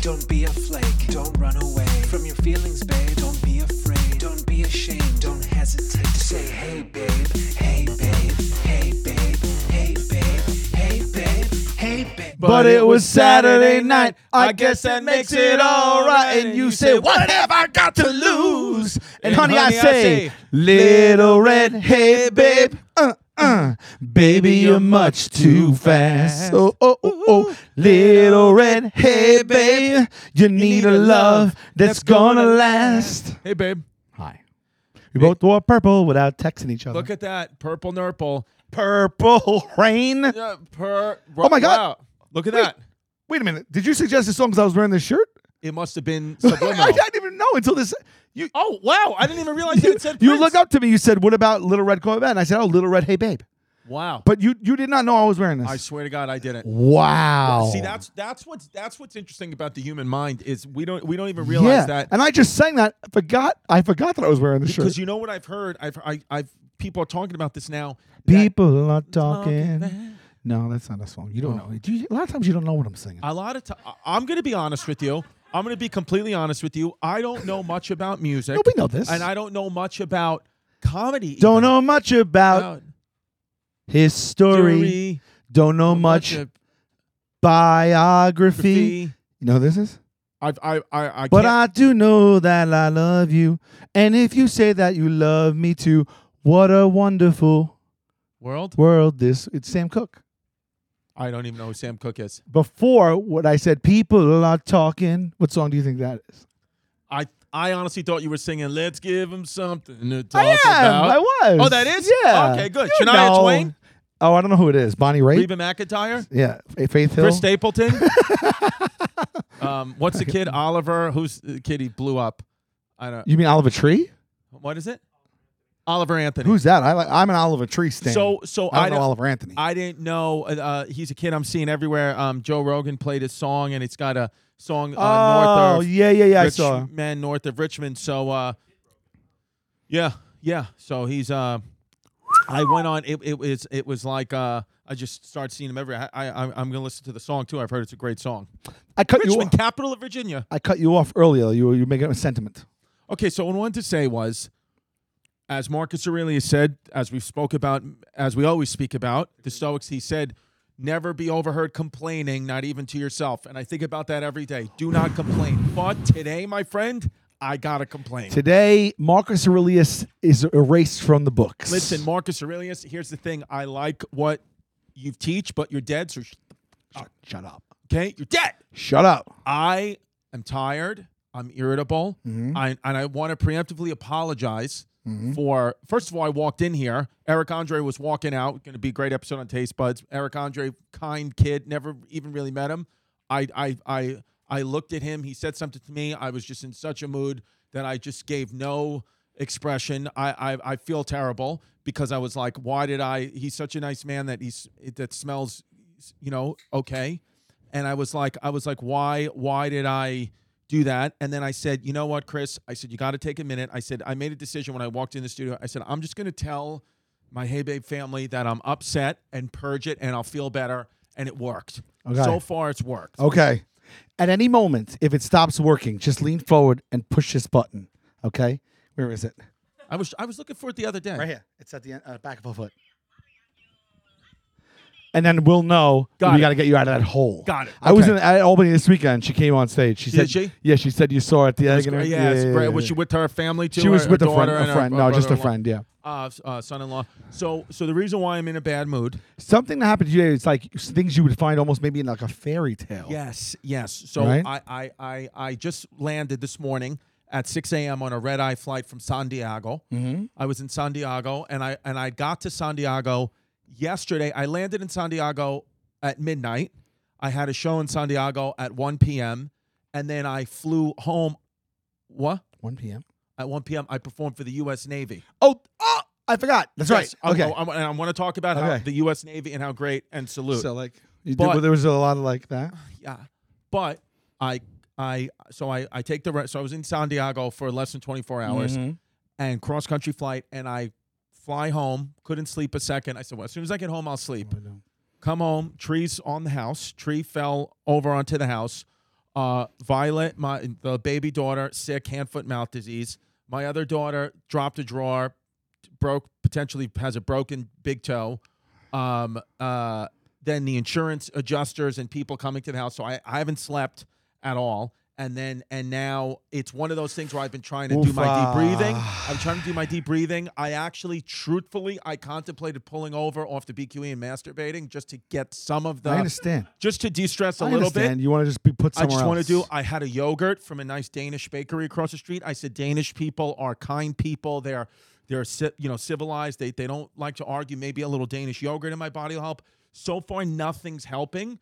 Don't be a flake, don't run away from your feelings, babe. Don't be afraid, don't be ashamed, don't hesitate to say, hey, babe, hey, babe, hey, babe, hey, babe, hey, babe, hey, babe. But it was Saturday night. I guess that makes it all right. And you say, What have I got to lose? And, honey, I, say, Little red, hey, babe. Uh, uh, baby, you're much too fast. Oh, oh, oh, oh. Little red, hey, babe. You need a love that's gonna last. Hey, babe, Hi. We both wore purple without texting each other. look at that purple nurple. purple rain. Yeah, per- Oh my God. wow. Look at Wait. that. Wait a minute. Did you suggest this song because I was wearing this shirt? It must have been I, I subliminal. didn't even know until this. You oh wow! I didn't even realize that you, it said. you Prince. look up to me. You said, "What about Little Red Corvette?" And I said, "Oh, Little Red, hey babe." Wow. But you you did not know I was wearing this. I swear to God, I didn't. wow. See, that's that's what's that's what's interesting about the human mind is we don't we don't even realize yeah. that And I just sang that. I forgot. I forgot that I was wearing the because shirt. you know what I've heard. I've I, I've people are talking about this now. that- People are talking. No, that's not a song. You don't Oh. know. Do you, a lot of times you don't know what I'm singing. a lot of time. I'm going to be honest with you. I'm going to be completely honest with you. I don't know much about music. No, we know this. and I don't know much about comedy. don't even. know much about About his story. story, Don't know much of biography. fee. You know who this is? I've, I I I But can't- I do know that I love you. And if you say that you love me too, what a wonderful world. world this it's Sam Cooke. I don't even know who Sam Cooke is. Before what I said, people are talking. What song do you think that is? I I honestly thought you were singing. Let's give him something to talk I am. about. I was. Oh, that is? Yeah. Okay, good. You Shania know. Twain? Oh, I don't know who it is. Bonnie Raitt. Reba McIntyre, Yeah. F- Faith Hill. Chris Stapleton. um, what's the kid Oliver? Who's the kid he blew up? I don't. you mean Oliver Tree? What is it? Oliver Anthony. Who's that? I like. I'm an Oliver Tree stan. So- so I don't I know don't- Oliver Anthony. I didn't know. Uh, uh, he's a kid I'm seeing everywhere. Um, Joe Rogan played his song, and it's got a song uh, oh north of yeah, yeah, yeah. I saw. Richmond, north of Richmond. So, uh, yeah, yeah. So he's. Uh, I went on. It, it was. It was like. Uh, I just started seeing him everywhere. I, I, I'm going to listen to the song too. I've heard it's a great song. I cut you. Richmond, Off. capital of Virginia. I cut you off earlier. You were- you were making a sentiment. Okay, so what I wanted to say was, as Marcus Aurelius said, as we've spoke about, as we always speak about, the Stoics, he said, never be overheard complaining, not even to yourself. And I think about that every day. Do not complain. But today, my friend, I gotta complain. Today, Marcus Aurelius is erased from the books. Listen, Marcus Aurelius, here's the thing. I like what you teach, but you're dead, so sh- shut up. okay, you're dead. Shut up. I am tired. I'm irritable. I, and I want to preemptively apologize for, first of all, I walked in here. Eric Andre was walking out. Going to be a great episode on Taste Buds. Eric Andre, kind kid, never even really met him. I, I, I, I looked at him. He said something to me. I was just in such a mood that I just gave no expression. I, I, I feel terrible because I was like, why did I? He's such a nice man that he's that smells, you know, okay and I was like, I was like, why, why did I do that? And then I said, you know what, Chris? I said, you got to take a minute. I said, I made a decision when I walked in the studio. I said, I'm just going to tell my Hey Babe family that I'm upset and purge it, and I'll feel better. And it worked. Okay. Oh. So far, it's worked. Okay. At any moment, if it stops working, just lean forward and push this button. Okay. Where is it? I was, I was looking for it the other day. Right here. It's at the end, uh, back of her foot. And then we'll know Got we it. got to get you out of that hole. Got it. I was Okay. in at Albany this weekend. She came on stage. She Did said, she? Yeah, she said you saw her at the It was end. great. Yeah, it's great. Was she with her family too? She was her, with her a friend. daughter and A her- friend. her No, just a brother-in-law? friend. Yeah. Uh, s- uh, son-in-law. So, so the reason why I'm in a bad mood. Something that happened today. It's like things you would find almost maybe in like a fairy tale. Yes, yes. So Right? I, I, I, I just landed this morning at 6 a.m. on a red eye flight from San Diego. Mm-hmm. I was in San Diego, and I and I got to San Diego yesterday. I landed in San Diego at midnight. I had a show in San Diego at 1 p.m. and then I flew home. What 1 p.m. at 1 p.m. I performed for the U.S. Navy. Oh, oh, I forgot. That's uh, Yes, right. I'm- Okay. I'm- and I want to talk about Okay. how the U.S. Navy and how great and salute. So like, you But- did, well, there was a lot of like that. yeah. But I I so I I take the re- so I was in San Diego for less than 24 Mm-hmm. hours Mm-hmm. and cross country flight and I fly home, couldn't sleep a second. I said, "Well, as soon as I get home, I'll sleep." Come home, trees on the house, tree fell over onto the house. Uh, Violet, my the baby daughter, sick hand foot mouth disease. My other daughter dropped a drawer, broke potentially has a broken big toe. Um, uh, then the insurance adjusters and people coming to the house. So I, I haven't slept at all. And then and now it's one of those things where I've been trying to do my deep Oofa. breathing. I'm trying to do my deep breathing. I actually, truthfully, I contemplated pulling over off the BQE and masturbating just to get some of the I understand. Uh, just to de-stress a I little bit. understand. You want to just be put I somewhere just want to else. do. I had a yogurt from a nice Danish bakery across the street. I said Danish people are kind people. They're they're ci- you know civilized. They they don't like to argue. Maybe a little Danish yogurt in my body will help. So far, nothing's helping,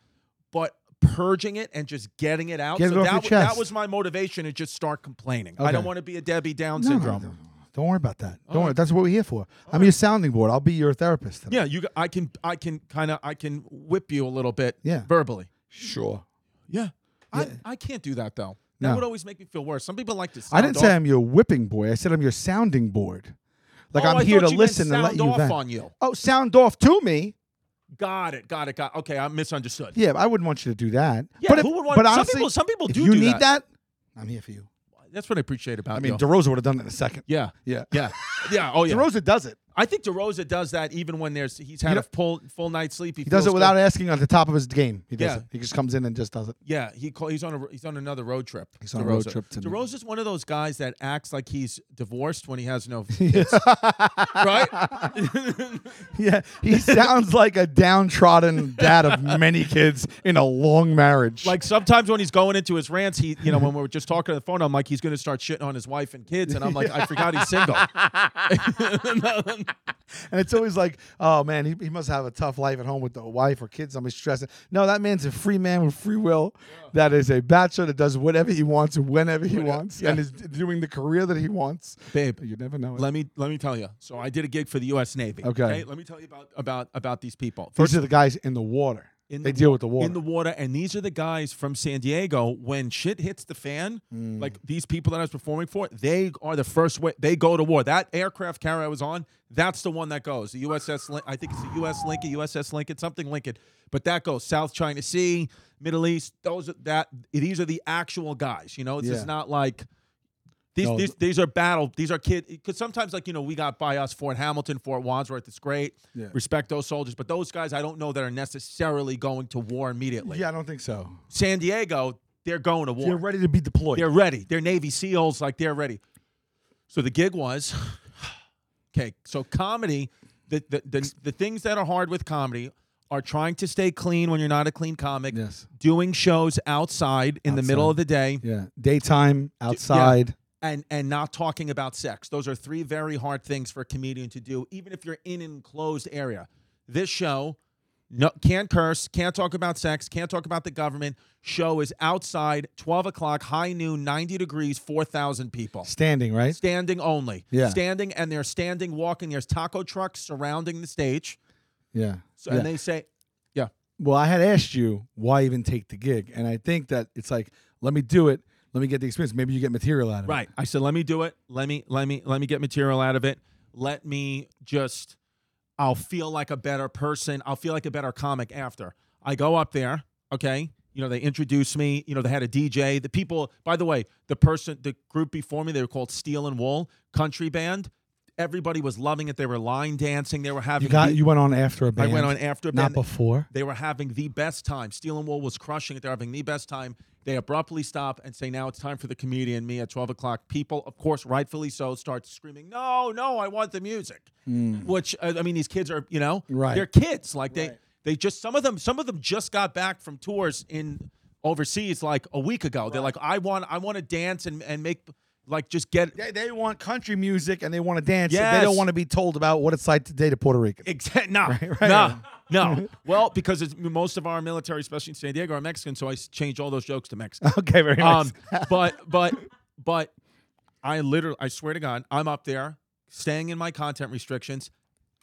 but purging it and just getting it out. Get it so off that your was, chest. that was my motivation to just start complaining. I Okay. don't want to be a Debbie Down No, no, syndrome. no, no. Don't worry about that. Don't worry. That's what we're here for. I'm your sounding board. I'll be your therapist. Today. Yeah, you. g- I can I can kind of I can whip you a little bit. Yeah. verbally. Sure. Yeah. I, I can't do that though. That No. would always make me feel worse. Some people like to. I didn't sound say off. I'm your whipping boy. I said I'm your sounding board. Like Oh, I'm I here thought to you meant listen and let sound you off vent. on you. Oh, sound off to me. Got it. Got it. Got. Okay, I misunderstood. Yeah, I wouldn't want you to do that. Yeah, but if- who would want- but some honestly, people- some people if do you do need that. that. I'm here for you. That's what I appreciate about. I mean, you. DeRosa would have done it in a second. yeah, Yeah. yeah, yeah. Oh yeah. DeRosa does it. I think DeRosa does that even when there's he's You had know- a full full night's sleep. He does it without asking at the top of his game. He does Yeah. it. He just comes in and just does it. Yeah, he call, he's on a he's on another road trip. He's on a road trip to- DeRosa's one of those guys that acts like he's divorced when he has no kids. right? Yeah. He sounds like a downtrodden dad of many kids in a long marriage. Like sometimes when he's going into his rants, he, you know, when we were just talking on the phone, I'm like, he's going to start shitting on his wife and kids, and I'm like, I forgot he's single. and it's always like, oh man, he, he must have a tough life at home with the wife or kids. I'm stressing. No, that man's a free man with free will. That is a bachelor that does whatever he wants whenever he wants, and yeah. is doing the career that he wants. Babe, You never know. it. let me let me tell you. So I did a gig for the U.S. Navy. Okay. Let me tell you about about about these people. These are the guys in the water. In they the deal with the water. in the water, and these are the guys from San Diego. When shit hits the fan, Hmm. like these people that I was performing for, they are the first. Way, they go to war. That aircraft carrier I was on, that's the one that goes. The USS, Lin- I think it's the US Lincoln, USS Lincoln, something Lincoln. But that goes South China Sea, Middle East. Those are that. These are the actual guys. You know, it's Yeah. just not like these, No, these, these are battle. These are kid. Because sometimes, like you know, we got by us Fort Hamilton, Fort Wandsworth. It's great. Yeah. Respect those soldiers, but those guys, I don't know that are necessarily going to war immediately. yeah, I don't think so. San Diego, they're going to war. They're ready to be deployed. They're ready. They're Navy SEALs, like they're ready. So the gig was okay. So comedy, the the, the the things that are hard with comedy are trying to stay clean when you're not a clean comic. Yes. Doing shows outside in the middle Outside. of the day yeah, daytime outside. and and not talking about sex. Those are three very hard things for a comedian to do, even if you're in an enclosed area. This show, no, can't curse, can't talk about sex, can't talk about the government. Show is outside, twelve o'clock, high noon, ninety degrees, four thousand people. Standing, right? Standing only. Yeah. Standing and they're standing, walking. There's taco trucks surrounding the stage. Yeah. So, yeah. And they say, Yeah. well, I had asked you why even take the gig, and I think that it's like, let me do it. Let me get the experience. Maybe you get material out of Right. I said, let me do it. Let me let me let me get material out of it. Let me just I'll feel like a better person. I'll feel like a better comic after. I go up there, okay? You know, they introduced me, you know, they had a DJ. The people, by the way, the person the group before me, they were called Steel and Wool Country Band. Everybody was loving it. They were line dancing. They were it. having You got. the- You went on after a I band. went on after a not band. before. They were having the best time. Steel and Wool was crushing it. They're having the best time. They abruptly stop and say, "Now it's time for the comedian." Me at twelve o'clock. People, of course, rightfully so, start screaming, "No, no! I want the music." Which uh, I mean, these kids are, you know, Hmm. Right. They're kids. Like they, Right. they just some of them, some of them just got back from tours in overseas like a week ago. They're like, "I want, I want to dance and and make like just get They, they want country music and they want to dance. and They Yes. don't want to be told about what it's like to date a Puerto Rican. Exactly. No. right. No. No. well, because it's, most of our military, especially in San Diego, are Mexican, so I s- change all those jokes to Mexican. okay, very um, nice. but but but I literally, I swear to God, I'm up there, staying in my content restrictions.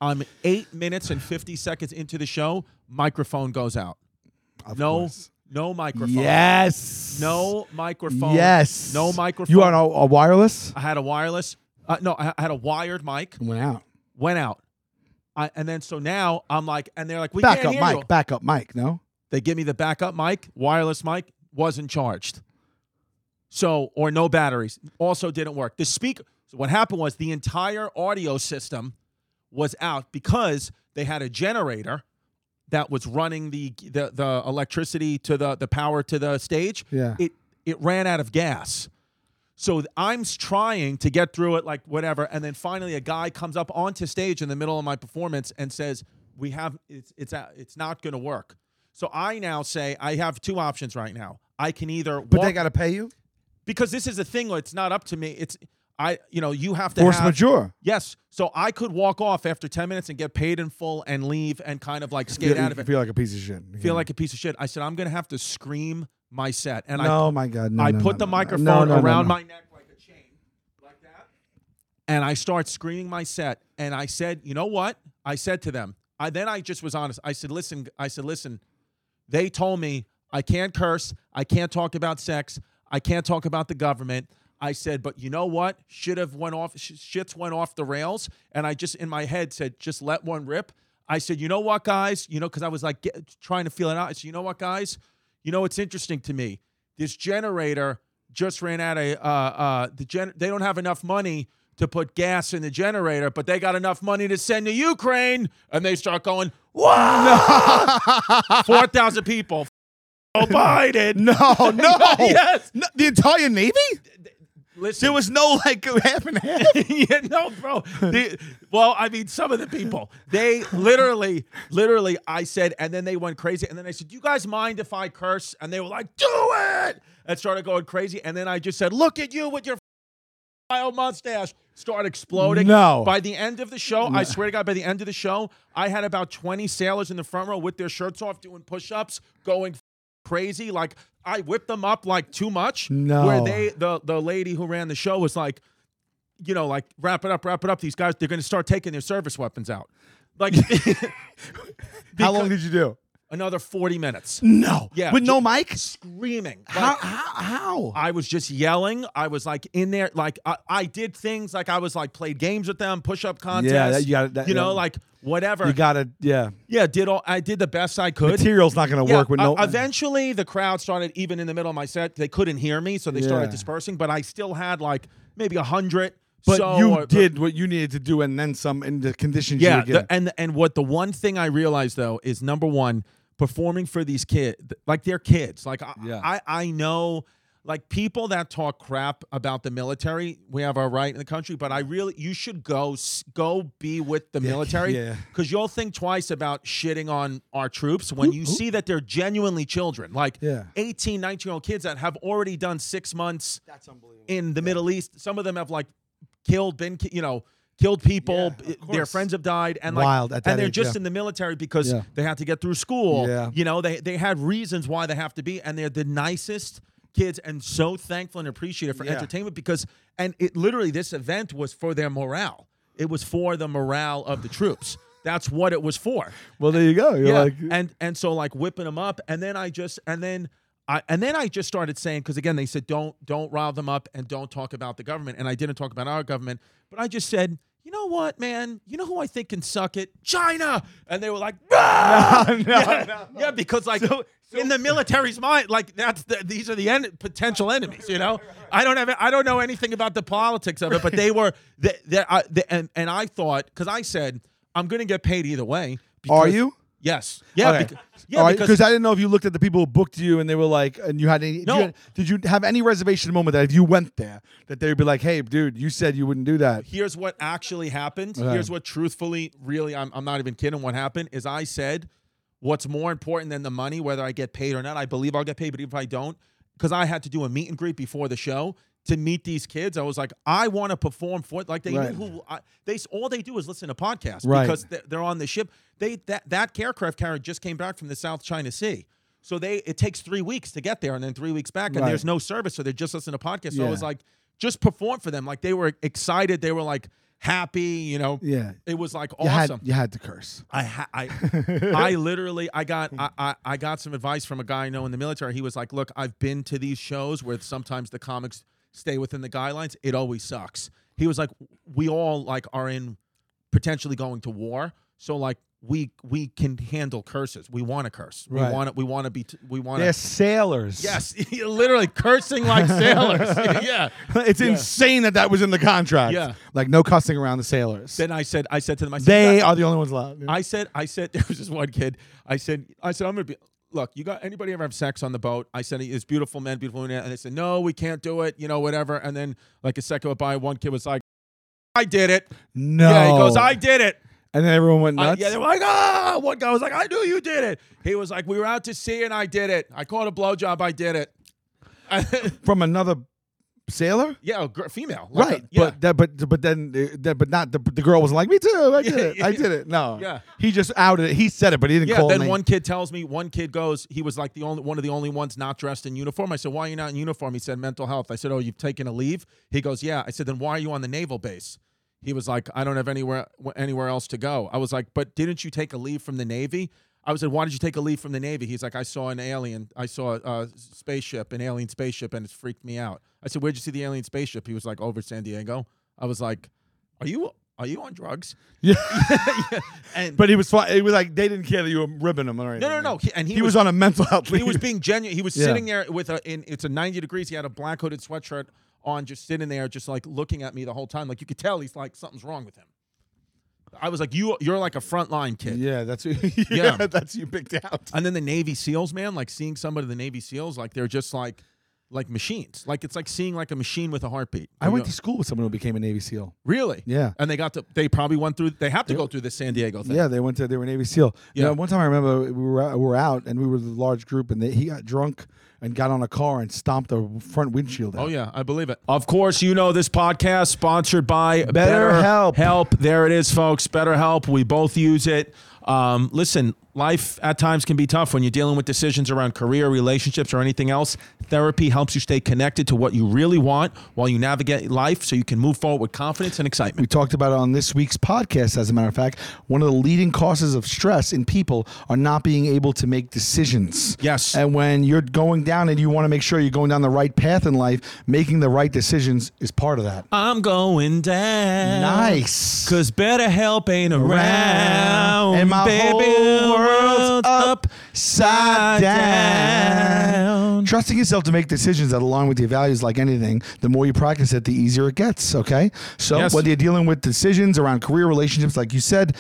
I'm eight minutes and fifty seconds into the show. Microphone goes out. Of no. course. No microphone. Yes. No microphone. Yes. No microphone. You on a, a wireless? I had a wireless. Uh, no, I I had a wired mic. Went out. Went out. I, and then so now I'm like, and they're like, we Back can't up hear mic. you. Back up mic. No. They give me the backup mic, wireless mic, wasn't charged. So, or no batteries. Also didn't work. The speaker, so what happened was the entire audio system was out because they had a generator that was running the the, the electricity to the, the power to the stage. Yeah. It it ran out of gas. So th- I'm s- trying to get through it, like whatever, and then finally a guy comes up onto stage in the middle of my performance and says, "We have it's it's a- it's not going to work." So I now say I have two options right now. I can either But walk, they got to pay you? because this is a thing. where It's not up to me. It's I you know you have to Force have, majeure. Yes, so I could walk off after ten minutes and get paid in full and leave and kind of like skate You- out of you it. feel like a piece of shit. Feel like a piece of shit. I said I'm gonna have to scream my set, and I No, my God. No, I no, put the no, no, no. microphone No, no, no, around no. my neck like a chain, like that. And I start screaming my set. And I said, you know what? I said to them, I then I just was honest. I said, listen, I said, listen, they told me I can't curse, I can't talk about sex, I can't talk about the government. I said, but you know what? Should have went off. Sh- shits went off the rails, and I just in my head said, just let one rip. I said, you know what, guys? You know, because I was like get, trying to feel it out. I said, you know what, guys? You know, it's interesting to me. This generator just ran out of uh, uh, the gen. They don't have enough money to put gas in the generator, but they got enough money to send to Ukraine, and they start going. Wow! Four thousand people. Oh, Biden. No, no. Yes. No, the entire Navy? Listen, There was no like half and half. yeah, no, bro. The- well, I mean, some of the people, they literally, literally, I said, and then they went crazy. And then I said, Do you guys mind if I curse? And they were like, Do it. And started going crazy. And then I just said, Look at you with your bio mustache. Start exploding. No. By the end of the show, I swear to God, by the end of the show, I had about 20 sailors in the front row with their shirts off doing push ups, going crazy. Like, I whipped them up like too much. Where No. they, the, the lady who ran the show was like, you know, like wrap it up, wrap it up. These guys, they're going to start taking their service weapons out. Like How long did you do? another forty minutes, No. Yeah, With no ju- mic? screaming. Like, How? How? how? I was just yelling. I was like in there, like I, I did things, like I was like played games with them, push up contests. you gotta- that- you know, yeah. like whatever. you gotta, yeah. yeah, did all I did the best I could. Material's not gonna Yeah, work with no. uh, eventually, the crowd started even in the middle of my set. They couldn't hear me, so they started Yeah. dispersing. But I still had like maybe a hundred. but so, uh, you or- did what you needed to do, and then some in the conditions Yeah, you were the- given. and and what the one thing I realized though is number one, performing for these kids, like they're kids. Like I, Yeah. I I know, like people that talk crap about the military, we have our right in the country. But I really, you should go s- go be with the military yeah. because you'll think twice about shitting on our troops when you see that they're genuinely children, like Yeah. 18, 19 year old kids that have already done six months in the Middle East. Some of them have like killed, been ki- you know killed people. Yeah, of b- their course. friends have died, and like Wild at that and they're age, just yeah. in the military because Yeah. they had to get through school. Yeah. you know they they had reasons why they have to be, and they're the nicest kids and so thankful and appreciative for Yeah. entertainment because and it literally this event was for their morale. It was for the morale of the troops. That's what it was for well, there you go. You're yeah. like, and and so like whipping them up, and then I just and then I and then I just started saying because again they said don't don't rile them up and don't talk about the government, and I didn't talk about our government, but I just said. You know what, man? You know who I think can suck it? China. And they were like, "Ah!" no, yeah, no. yeah, because like in the military's mind, like that's the, these are the en- potential enemies. You know, I don't have I don't know anything about the politics of it, but they were that that I the, and and I thought because I said I'm going to get paid either way. are because- you? Yes. Yeah. Okay. becau- yeah. Yeah, because because I didn't know if you looked at the people who booked you and they were like, and you had any. No. Did you, did you have any reservation moment that if you went there, that they'd be like, hey, dude, you said you wouldn't do that. here's what actually happened. Okay. Here's what truthfully, really, I'm, I'm not even kidding. What happened is I said, what's more important than the money, whether I get paid or not. I believe I'll get paid, but if I don't, because I had to do a meet and greet before the show to meet these kids, I was like, I want to perform for it. Like they Right. knew who I, they all they do is listen to podcasts Right. because they're, they're on the ship. They that that aircraft carrier just came back from the South China Sea. So they it takes three weeks to get there and then three weeks back and Right. there's no service so they just listen to podcasts. So I Yeah. was like, just perform for them. Like they were excited, they were like happy. You know, Yeah. it was like You awesome. had you had to curse. I ha- I I literally I got I, I I got some advice from a guy I know in the military. He was like, "Look, I've been to these shows where sometimes the comics stay within the guidelines. It always sucks." He was like, "We all like are in potentially going to war, so like we we can handle curses. We want to curse. Right. We want to we want to be t- we want They're to sailors. yes, literally cursing like sailors. yeah. it's insane that that was in the contract. Yeah. Like no cussing around the sailors. Then I said I said to them I said, they "Guys, are the only ones allowed. I said, I said, there was this one kid. I said, I said, I'm gonna be. Look, you got anybody ever have sex on the boat? I said, it's beautiful men, beautiful women, and they said, no, we can't do it. You know, whatever. And then like a second went by, one kid was like, I did it. no. Yeah, he goes, I did it. and then everyone went I- nuts. yeah, they were like, ah. One guy was like, I knew you did it. He was like, we were out to sea and I did it. I caught a blowjob. I did it. From another sailor? yeah, a gr- female. Like a- Right, yeah. but that, but but then, uh, that, but not the, the girl was like me too. I did it. I did it. No, Yeah. he just outed it. He said it, but he didn't Yeah, call then me. one kid tells me, one kid goes, he was like the only one of the only ones not dressed in uniform. I said, Why are you not in uniform? He said, Mental health. I said, Oh, you've taken a leave? He goes, Yeah. I said, Then why are you on the naval base? He was like, I don't have anywhere w- anywhere else to go. I was like, But didn't you take a leave from the Navy? I was like, Why did you take a leave from the Navy? He's like, I saw an alien. I saw a spaceship, an alien spaceship, and it freaked me out. I said, Where'd you see the alien spaceship? He was like, Over San Diego. I was like, Are you are you on drugs? Yeah. And but he was fine. It was like they didn't care that you were ribbing him or anything. no, no, no. He- and He, was, on a mental health leave. he was being genuine. He was Yeah. sitting there with a. In, it's a ninety degrees. He had a black hooded sweatshirt on, just sitting there, just like looking at me the whole time. Like you could tell, he's like something's wrong with him. I was like, you, you're like a frontline kid. yeah, that's yeah, Yeah. that's you picked out. And then the Navy SEALs, man, like seeing somebody in the Navy SEALs, like they're just like, like machines. Like it's like seeing like a machine with a heartbeat. I You went know? to school with someone who became a Navy SEAL. really, Yeah. And they got to, they probably went through. They have to go through the San Diego thing. Yeah, they went to they were Navy SEAL. Yeah. Yeah. one time I remember we were out, we were out and we were the large group and they, he got drunk and got on a car and stomped the front windshield. Out. Oh yeah, I believe it. Of course, you know this podcast sponsored by BetterHelp. Help. There it is, folks. BetterHelp. We both use it. Um, listen, life at times can be tough when you're dealing with decisions around career, relationships, or anything else. Therapy helps you stay connected to what you really want while you navigate life, so you can move forward with confidence and We excitement. talked about it on this week's podcast. As a matter of fact, one of the leading causes of stress in people are not being able to make decisions. Yes. And when you're going down and you want to make sure you're going down the right path in life, making the right decisions is part of that. I'm going down. Nice. Cause better help ain't around, and my baby. whole world's upside upside down. down. Trusting yourself to make decisions that align with your values, like anything, the more you practice it, the easier it gets. Okay, so Yes. whether you're dealing with decisions around career relationships, like you said.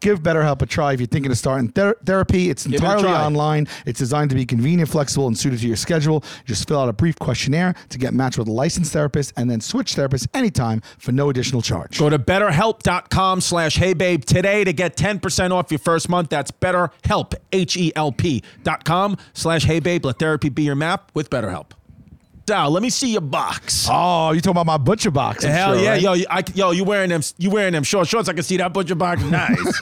Give BetterHelp a try if you're thinking of starting ther- therapy. It's it a entirely try. online. It's designed to be convenient, flexible, and suited to your schedule. Just fill out a brief questionnaire to get matched with a licensed therapist, and then switch therapists anytime for no additional charge. Go to betterhelp.com slash heybabe today to get 10% off your first month. That's betterhelp, H-E-L-P dot com slash heybabe. Let therapy be your map with BetterHelp. Dow, let me see your box. Oh, you talking about my butcher box? I'm Hell sure, yeah, right? yo, you- I, yo, you wearing them? You wearing them short shorts? I can see that butcher box. Nice.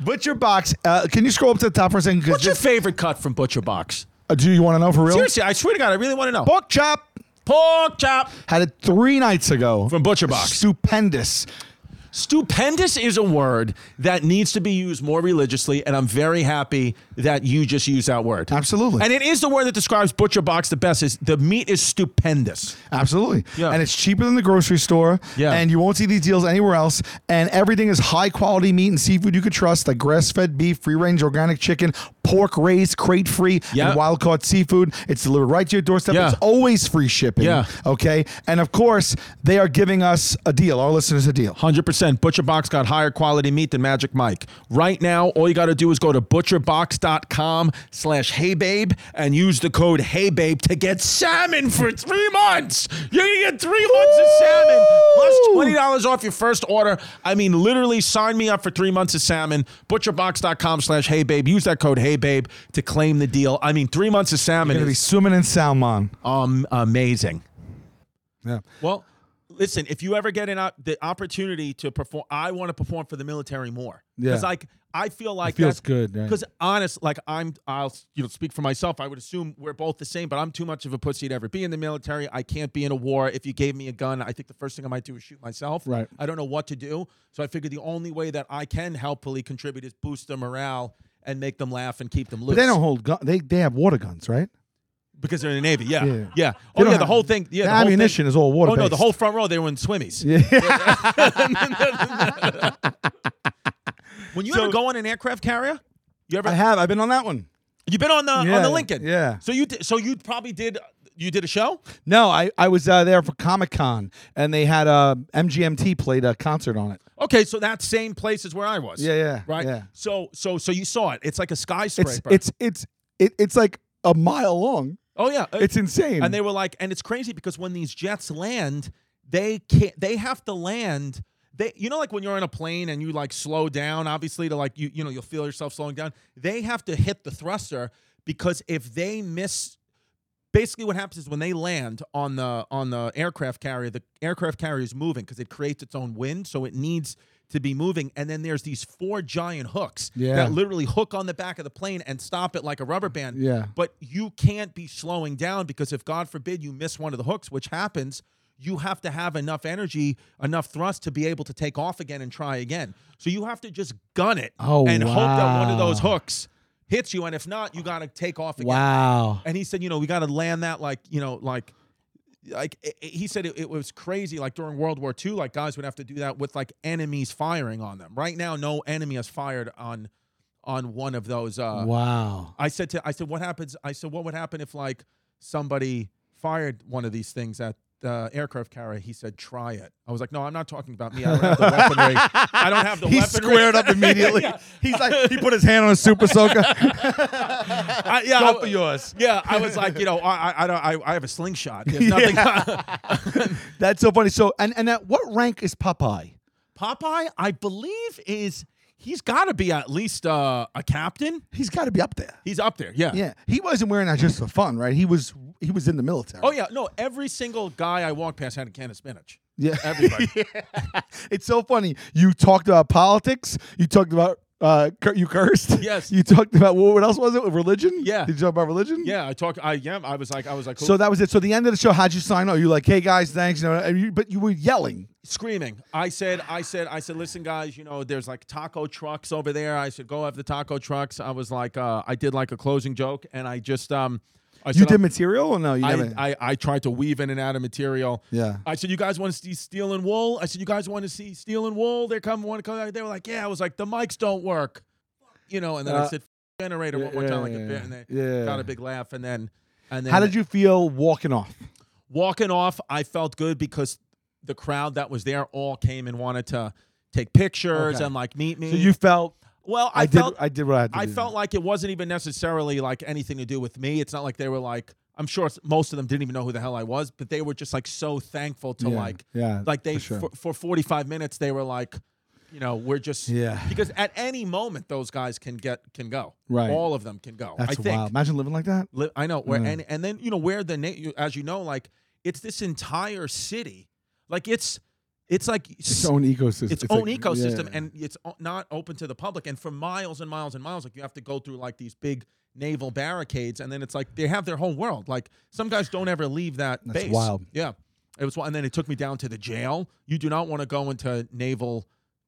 Butcher Box. Uh, can you scroll up to the top for a second? 'Cause What's your this- favorite cut from Butcher Box? uh, do you want to know for real? Seriously, I swear to God, I really want to know. Pork chop. Pork chop Had it three nights ago from Butcher Box. Stupendous. Stupendous is a word that needs to be used more religiously, and I'm very happy that you just used that word. Absolutely. And it is the word that describes Butcher Box the best. Is the meat is stupendous. Absolutely. Yeah. And it's cheaper than the grocery store. Yeah. And you won't see these deals anywhere else. And everything is high quality meat and seafood you could trust, like grass fed beef, free range organic chicken, pork raised, crate free, Yeah. and wild caught seafood. It's delivered right to your doorstep. Yeah. It's always free shipping. Yeah. Okay. And of course, they are giving us a deal, our listeners a deal. 100%. Butcher Box got higher quality meat than Magic Mike. Right now, all you got to do is go to butcherbox.com slash heybabe and use the code heybabe to get salmon for three months. You're going to get three months of salmon plus $20 off your first order. I mean, literally sign me up for three months of salmon. Butcherbox.com slash heybabe. Use that code heybabe to claim the deal. I mean, three months of salmon Gonna be is swimming in salmon. um, amazing. Yeah. Well, listen, if you ever get an op- the opportunity to perform, I want to perform for the military more. Yeah. Because like I feel like that's- feels good, right? Because honest, like I'm, I'll you know speak for myself. I would assume we're both the same, but I'm too much of a pussy to ever be in the military. I can't be in a war. If you gave me a gun, I think the first thing I might do is shoot myself. Right. I don't know what to do, so I figured the only way that I can helpfully contribute is boost their morale and make them laugh and keep them loose. But they don't hold gun. They they have water guns, right? because they're in the navy. Yeah, Yeah. yeah. They Oh don't yeah, the have- whole thing. Yeah, the the whole thing- ammunition is all Oh no, water-based. the whole front row they were in swimmies. When you So- ever go on an aircraft carrier, you ever I have. I've been on that one. you've been on the on Yeah, the Lincoln? yeah. So you did, so you probably did you did a show? No, I, I was uh, there for Comic Con, and they had uh, MGMT played a concert on it. Okay, so that same place is where I was. Yeah, yeah, Right. yeah. So so so you saw it. It's like a skyscraper. It's it's it's it, it's like a mile long. oh yeah. It's insane. and they were like, and it's crazy because when these jets land, they can't. They have to land. They, you know, like when you're on a plane and you like slow down, obviously to like you, you know, you'll feel yourself slowing down. They have to hit the thruster because if they miss, basically what happens is when they land on the on the aircraft carrier, the aircraft carrier is moving because it creates its own wind, so it needs to be moving. And then there's these four giant hooks Yeah. that literally hook on the back of the plane and stop it like a rubber band Yeah. but you can't be slowing down because if God forbid you miss one of the hooks, which happens, you have to have enough energy, enough thrust to be able to take off again and try again. So you have to just gun it Oh, and hope that one of those wow. hooks hits you, and if not, you got to take off again. wow. And he said, you know, we got to land that like, you know, like. Like i- i- he said, it, it was crazy. Like during World War II, like guys would have to do that with like enemies firing on them. Right now, no enemy has fired on on one of those uh, wow. I said to I said what happens I said what would happen if like somebody fired one of these things at the aircraft carrier he said try it I was like no I'm not talking about me I don't have the weaponry I don't have the He weaponry squared up immediately. He's like, he put his hand on his super soaker. I, yeah Go I- for yours. yeah I was like you know I I, I don't I, I have a slingshot There's nothing That's so funny. So, and and at what rank is Popeye? Popeye I believe is he's got to be at least uh, a captain He's got to be up there. he's up there yeah Yeah, he wasn't wearing that just for fun, right? He was he was in the military. oh yeah no every single guy I walked past had a can of spinach yeah. everybody It's so funny. You talked about politics. You talked about uh, cur- you cursed. Yes. You talked about what, what else was it? Religion. Yeah. Did you talk about religion? yeah I talk I yeah I was like I was like So that was it. So the end of the show, how'd you sign up? You like, hey guys, thanks. You know, and you- but you were yelling. screaming. I said, I said, I said, listen, guys, you know, there's like taco trucks over there. I said, go have the taco trucks. I was like, uh, I did like a closing joke, and I just, um, I You said, did material or no? You I, never- I, I tried to weave in and out of material. Yeah. I said, you guys want to see steel and wool? I said, you guys want to see steel and wool? They come, want to come. They were like, yeah. I was like, the mics don't work, you know. And then I Uh, said, generator one more yeah, time, like yeah, a bit, and they yeah. got a big laugh, and then, and then How did you feel walking off? walking off, I felt good because the crowd that was there all came and wanted to take pictures Okay. and like meet me. So you felt well, I, I, felt did I did what I had to I do. felt like it wasn't even necessarily like anything to do with me. It's not like they were like I'm sure s- most of them didn't even know who the hell I was, but they were just like so thankful to Yeah, like yeah, like they for sure. for, for 45 minutes they were like you know we're just Yeah. because at any moment those guys can get can go Right. all of them can go I That's think wild. Imagine living like that. Li- I know where Yeah. and and then you know where the na- you- as you know like it's this entire city like it's it's like Its its own, own ecosystem. own like- ecosystem yeah. and it's o- not open to the public and for miles and miles and miles like you have to go through like these big naval barricades and then it's like they have their whole world like some guys don't ever leave that That's base wild. yeah it was wi- and then it took me down to the jail you do not want to go into naval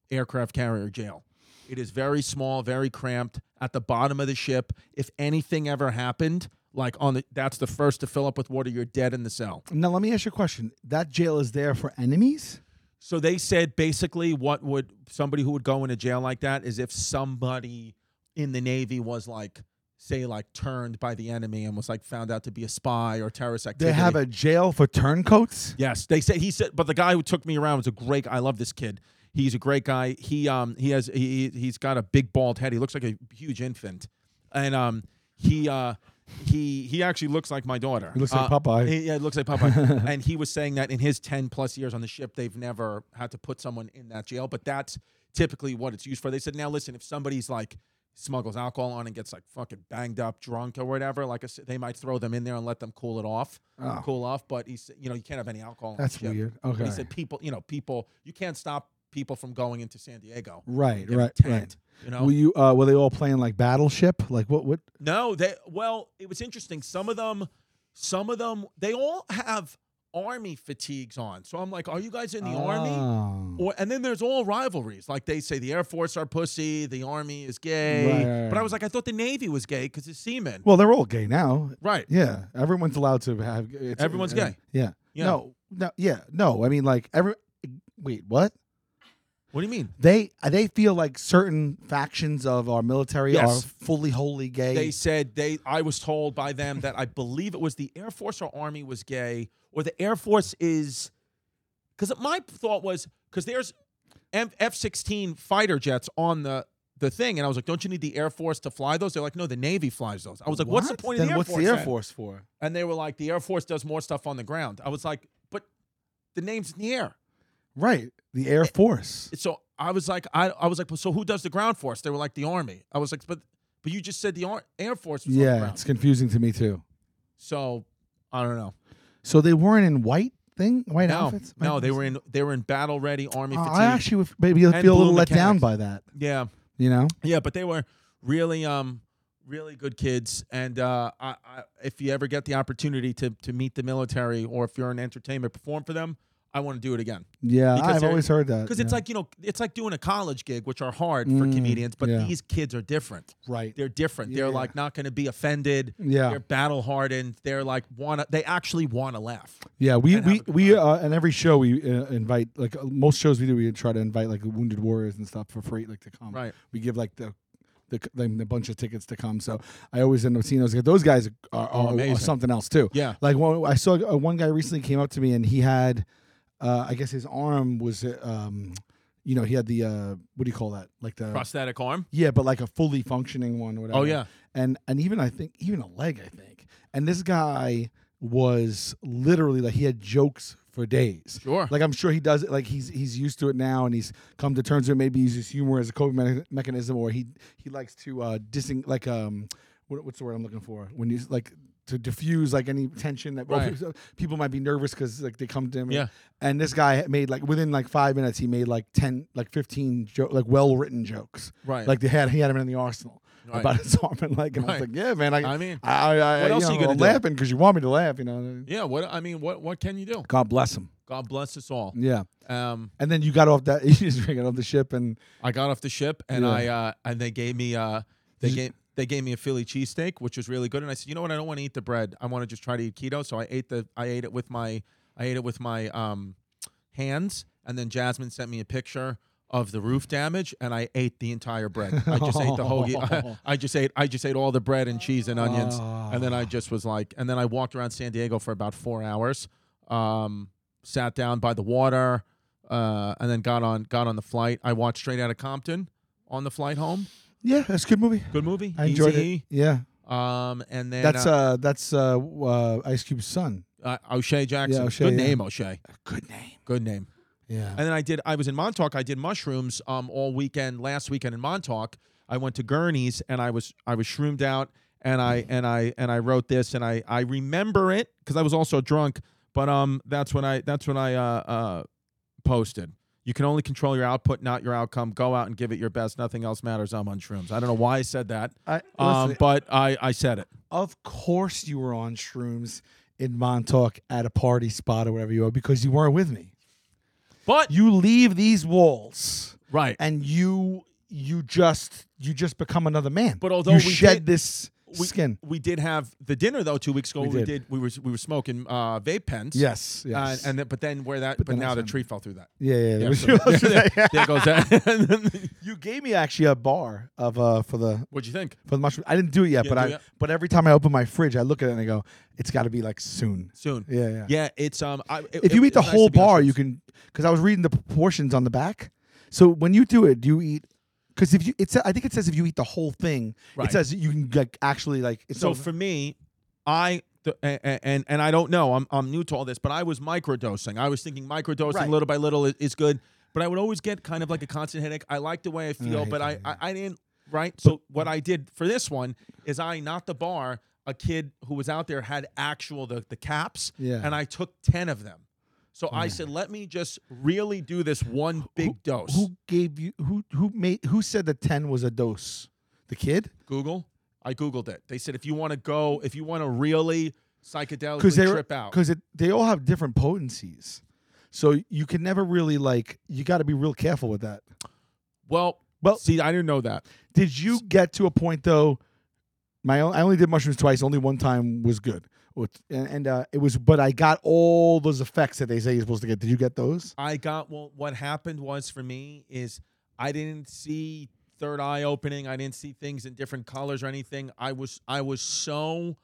aircraft carrier jail it is very small, very cramped at the bottom of the ship. If anything ever happened, like on the that's the first to fill up with water, you're dead in the cell. now let me ask you a question. That jail is there for enemies. So they said basically what would somebody who would go into jail like that is if somebody in the Navy was like say like turned by the enemy and was like found out to be a spy or terrorist They activity. have a jail for turncoats. Yes, they said he said, but the guy who took me around was a great. I love this kid. He's a great guy. He um he has he he- he's got a big bald head. He looks like a huge infant, and um he uh he he actually looks like my daughter. Uh, He looks like Popeye. He, yeah, he looks like Popeye. and he was saying that in his ten plus years on the ship, they've never had to put someone in that jail, but that's typically what it's used for. They said, now listen, if somebody's like smuggles alcohol on and gets like fucking banged up, drunk or whatever, like I said, they might throw them in there and let them cool it off, Oh. cool off. But he said, you know, you can't have any alcohol. on the That's ship. weird. But Okay. he said people, you know, people, you can't stop people from going into San Diego. right, Give 'em right, a tent, right. You know, Were you uh, were they all playing like Battleship? Like what? What? no, they. Well, it was interesting. Some of them, some of them, they all have army fatigues on. So I'm like, are you guys in the army? Oh. Or, and then there's all rivalries. Like they say the Air Force are pussy, the Army is gay. Right, right, But I right. was like, I thought the Navy was gay because it's seamen. Well, they're all gay now. right. Yeah, everyone's allowed to have. It's, uh, Everyone's yeah, gay. Yeah. Yeah. No. No. Yeah. No. I mean, like every. Wait. What? What do you mean? They they feel like certain factions of our military Yes. are fully wholly gay. They said they. I was told by them that I believe it was the Air Force or Army was gay, or the Air Force is. Because my thought was because there's F sixteen fighter jets on the the thing, and I was like, don't you need the Air Force to fly those? They're like, no, the Navy flies those. I was like, what's the What? point then of the Air what's Force? the Air then? Force for? And they were like, the Air Force does more stuff on the ground. I was like, but the name's in the air. Right, the Air Force. So I was like, I, I was like, so who does the ground force? They were like the Army. I was like, but but you just said the Ar- Air Force was on the Yeah, ground. it's confusing to me too. So I don't know. So they weren't in white thing, white No, outfits. no, they were in they were in battle ready army Uh, fatigue. I actually would maybe feel a And little blue let down mechanics. by that. yeah, You know, yeah, but they were really um really good kids. And uh, I, I, if you ever get the opportunity to to meet the military or if you're in entertainment, perform for them. I want to do it again yeah, Because I've they're- always heard that because it's yeah. like you know it's like doing a college gig, which are hard for Mm, comedians, but yeah. these kids are different. right. They're different. Yeah. They're like not going to be offended. Yeah. They're battle hardened. They're like want to. They actually want to laugh. Yeah, we and we have a good we uh, and every show we uh, invite like uh, most shows we do we try to invite like wounded warriors and stuff for free like to come. Right. We give like the. The, them the bunch of tickets to come, so I always end up seeing those. guys. Those guys are, Oh, are, are amazing. something else too. Yeah. like one, I saw uh, one guy recently came up to me and he had, uh, I guess his arm was, uh, um, you know, he had the uh, what do you call that? Like the Prosthetic arm. yeah, but like a fully functioning one or whatever. Oh, yeah. And and even I think even a leg, I think. And this guy was literally like he had jokes for days. Sure. Like I'm sure he does it like he's he's used to it now and he's come to terms with it. maybe he uses humor as a coping me- mechanism or he he likes to uh dissing like um what, what's the word I'm looking for? When he's like to diffuse like any tension that Right. people, people might be nervous because like they come to him Yeah. and this guy made like within like five minutes he made like 10 like 15 jo- like well-written jokes Right. like they had he had him in the arsenal Right. about his arm and leg, and I was Right. like, "Yeah, man, I, I mean, I, I, what I else are you know, you gonna I'm do? laughing because you want me to laugh, you know." Yeah, what I mean, what what can you do? God bless him. God bless us all. Yeah, Um, and then you got off that, you just got off the ship, and I got off the ship and Yeah. I uh, and they gave me uh, they gave they gave me a Philly cheesesteak, which was really good. And I said, you know what? I don't want to eat the bread. I want to just try to eat keto. So I ate the I ate it with my I ate it with my um, hands. And then Jasmine sent me a picture of the roof damage, and I ate the entire bread. I just ate the whole. I, I just ate I just ate all the bread and cheese and onions. And Ah. then I just was like, and then I walked around San Diego for about four hours. Um, sat down by the water, uh, and then got on got on the flight. I watched Straight Outta Compton on the flight home. yeah, that's a good movie. Good movie. I enjoyed Eazy-E. it. Yeah, Um, and then that's uh, uh, that's uh, uh, Ice Cube's son. uh, O'Shea Jackson. Yeah, O'Shea, Good yeah. name, O'Shea. Good name. Good name. Yeah, And then I did. I was in Montauk. I did mushrooms um, all weekend. Last weekend in Montauk, I went to Gurney's and I was I was shroomed out and I and I and I wrote this and I I remember it because I was also drunk. But um, that's when I that's when I uh, uh posted. You can only control your output, not your outcome. Go out and give it your best. Nothing else matters. I'm on shrooms. I don't know why I said that, I, um, listen, but I I said it. of course you were on shrooms in Montauk at a party spot or whatever you are because you weren't with me. But You leave these walls. right. and you you just you just become another man. But although you we shed did- this we, skin, We did have the dinner though two weeks ago. We We, we did. did. We were we were smoking uh, vape pens. yes, Uh, yes, and then, but then where that, but, then now that's the when- tree fell through that. yeah, yeah. yeah. Yeah, so there, there goes that. And then- you gave me actually a bar of uh for the What'd you think? for the mushroom. I didn't do it yet, You but didn't I do it but every time I open my fridge, I look at it and I go, it's got to be like soon. Soon. Yeah, yeah. Yeah, it's um. I, it- If you it- eat the it's nice whole to be on bar, shrooms. you can because I was reading the proportions on the back. So when you do it, do you eat? Because if you, it's I think it says if you eat the whole thing, it Right. says you can like actually like it's So over. for me, I the, a- a- and and I don't know. I'm I'm new to all this, but I was microdosing. I was thinking microdosing Right. little by little is, is good, but I would always get kind of like a constant headache. I like the way I feel, hate but that I, I I didn't right. So what I did for this one is I not the bar. A kid who was out there had actual the the caps, Yeah. and I took ten of them. So I said, let me just really do this one big dose. Who gave you? Who who made? Who said that ten was a dose? The kid? Google. I googled it. They said if you want to go, if you want to really Because they psychedelically were Oh, trip out, because they all have different potencies, so you can never really like. You got to be real careful with that. Well, Well- Oh. see, I didn't know that. Did you get to a point though My own, I only did mushrooms twice. Only one time was good. With- And, and, uh, it was, but I got all those effects that they say you're supposed to get. Did you get those? I got well, what happened was for me is I didn't see third eye opening. I didn't see things in different colors or anything. I was I was so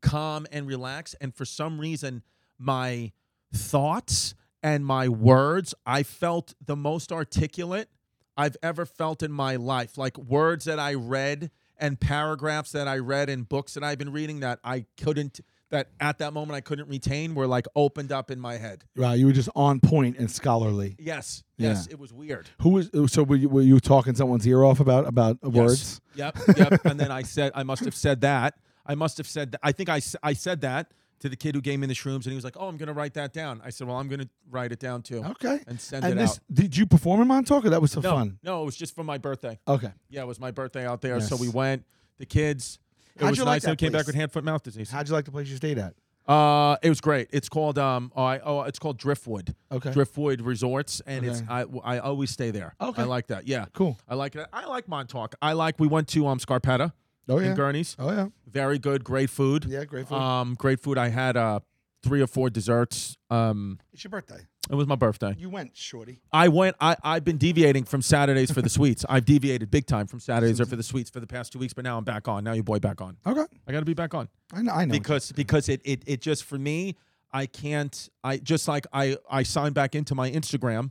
calm and relaxed, and for some reason my thoughts and my words I felt the most articulate I've ever felt in my life. Like words that I read and paragraphs that I read in books that I've been reading that I couldn't that at that moment I couldn't retain were like opened up in my head. Wow, you were just on point and scholarly. Yes. Yeah. Yes. It was weird. Who was so? Were you, were you talking someone's ear off about about words? Yep. Yep. and then I said, I must have said that. I must have said that. I think I, s- I said that to the kid who gave me the shrooms and he was like, oh, I'm going to write that down. I said, well, I'm going to write it down too. Okay. And send And it this, out. did you perform in Montauk? Or that was so No, fun. no, it was just for my birthday. Okay. Yeah, it was my birthday out there. So Yes. we went, the kids. It How'd was you nice. like and that we came back place? with hand, foot, mouth disease. How'd you like the place you stayed at? Uh, it was great. It's called um, oh, I, oh, it's called Driftwood. Okay. Driftwood Resorts, and it's Okay. I, I always stay there. Okay. I like that. Yeah, Cool. I like it. I like Montauk. I like. We went to um Scarpetta Oh in yeah. Gurney's. Oh yeah. Very good. Great food. Yeah. Great food. Um, great food. I had uh three or four desserts. Um, it's your birthday. it was my birthday. You went, shorty. I went. I I've been deviating from Saturdays for the sweets. I've deviated big time from Saturdays or for the sweets for the past two weeks. But now I'm back on. Now your boy back on. Okay. I got to be back on I know. I know. because because it, it it just for me I can't I just like I I signed back into my Instagram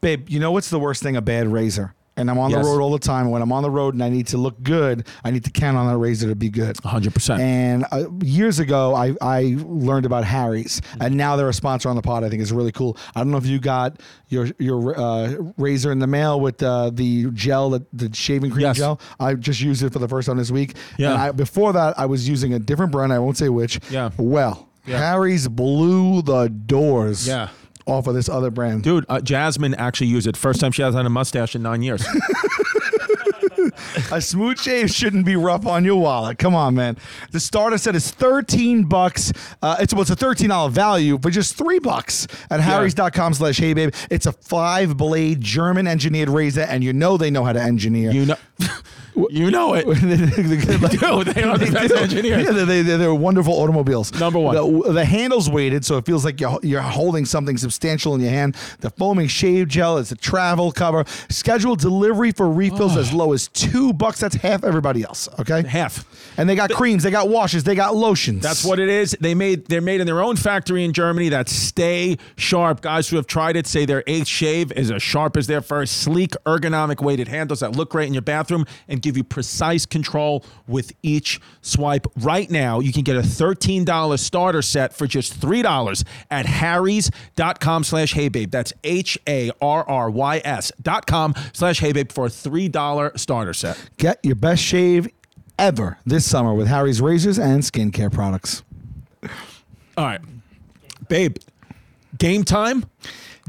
babe, you know what's the worst thing? A bad razor. And I'm on Yes. the road all the time. When I'm on the road and I need to look good, I need to count on that razor to be good. 100%. And uh, years ago, I, I learned about Harry's, Mm-hmm. and now they're a sponsor on the pod. I think it's really cool. I don't know if you got your your uh, razor in the mail with uh, the gel, that the shaving cream Yes. gel. I just used it for the first time this week. Yeah. And I, before that, I was using a different brand. I won't say which. Yeah. Well, Yeah. Harry's blew the doors. Yeah. Off of this other brand. Dude, uh, Jasmine actually used it. First time she has had a mustache in nine years. A smooth shave shouldn't be rough on your wallet. Come on, man. The starter set is 13 bucks. Uh, it's well, it's a $13 value for just three bucks at harrys.com slash hey babe. It's a five blade German engineered razor, and you know they know how to engineer. you know, you know it. Dude, they are the best engineers. Yeah, they, they, they're, they're wonderful automobiles. Number one. The, the handle's weighted, so it feels like you're, you're holding something substantial in your hand. The foaming shave gel is a travel cover. Schedule delivery for refills as low as two bucks. That's half everybody else, okay? Half. And they got creams, they got washes, they got lotions. That's what it is. They made they're made in their own factory in Germany. That stay sharp. Guys who have tried it say their eighth shave is as sharp as their first. Sleek, ergonomic weighted handles that look great in your bathroom and give you precise control with each swipe. Right now, you can get a $13 starter set for just $3 at harrys.com slash heybabe. That's H-A-R-R-Y-S dot com slash heybabe for a $3 starter set. Get your best shave ever this summer with Harry's razors and skincare products. All right, babe. Game time.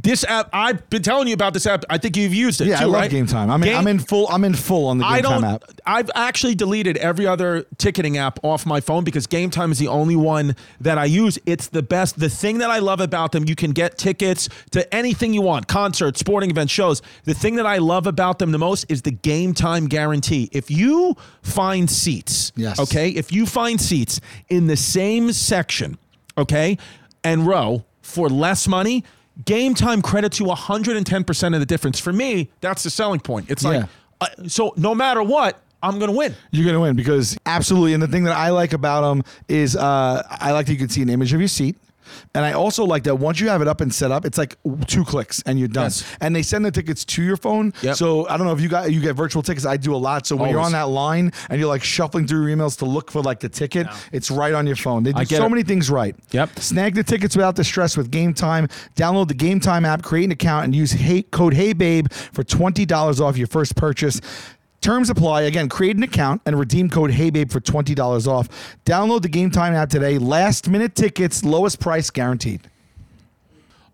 This app, I've been telling you about this app. I think you've used it. Yeah, too, I love right? Game Time. I'm in, Game- I'm in full. I'm in full on the Game I don't. Time app. I've actually deleted every other ticketing app off my phone because Game Time is the only one that I use. It's the best. The thing that I love about them, you can get tickets to anything you want concerts, sporting events, shows. The thing that I love about them the most is the Game Time guarantee. If you find seats, Yes. okay, if you find seats in the same section, okay, and row for less money, Game Time credits you 110% of the difference. For me, that's the selling point. It's like, Yeah. uh, so no matter what, I'm gonna win. You're gonna win because absolutely. And the thing that I like about them is uh, I like that you can see an image of your seat. And I also like that once you have it up and set up, it's like two clicks and you're done. Yes. And they send the tickets to your phone. Yep. So I don't know if you got you get virtual tickets. I do a lot. So when you're Always. on that line and you're like shuffling through your emails to look for like the ticket, it's right on your phone. They do get so it. many things right. Yep. Snag the tickets without the stress with Game Time. Download the Game Time app, create an account, and use hey, code HeyBabe for twenty dollars off your first purchase. Terms apply. Again, create an account and redeem code HeyBabe for twenty dollars off. Download the Game Time app today. Last minute tickets, lowest price guaranteed.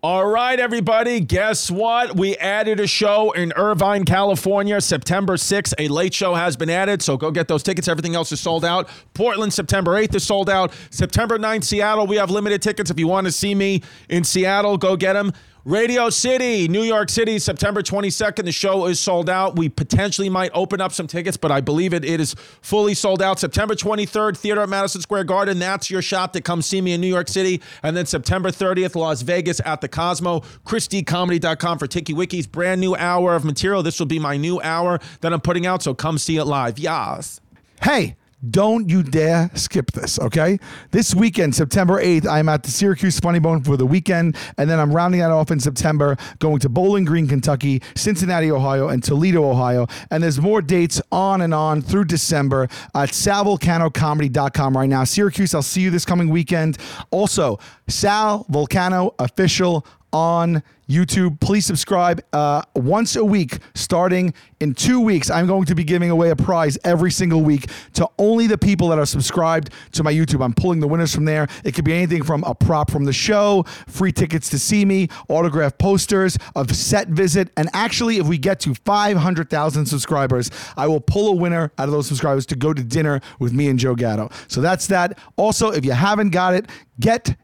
All right, everybody, guess what? We added a show in Irvine, California, September 6th. A late show has been added, so go get those tickets. Everything else is sold out. Portland, September 8th is sold out. September 9th, Seattle, we have limited tickets. If you want to see me in Seattle, go get them. Radio City, New York City, September 22nd. The show is sold out. We potentially might open up some tickets, but I believe it, it is fully sold out. September 23rd, Theater at Madison Square Garden. That's your shop to come see me in New York City. And then September 30th, Las Vegas at the Cosmo. ChristyComedy.com for Tiki Wiki's brand new hour of material. This will be my new hour that I'm putting out, so come see it live. Yas. Hey, don't you dare skip this, okay? This weekend, September 8th, I'm at the Syracuse Funny Bone for the weekend, and then I'm rounding that off in September, going to Bowling Green, Kentucky, Cincinnati, Ohio, and Toledo, Ohio. And there's more dates on and on through December at salvolcanocomedy.com right now. Syracuse, I'll see you this coming weekend. Also, Sal Volcano Official on YouTube. Please subscribe uh, once a week, starting in two weeks. I'm going to be giving away a prize every single week to only the people that are subscribed to my YouTube. I'm pulling the winners from there. It could be anything from a prop from the show, free tickets to see me, autographed posters, a set visit. And actually, if we get to 500,000 subscribers, I will pull a winner out of those subscribers to go to dinner with me and Joe Gatto. So that's that. Also, if you haven't got it, get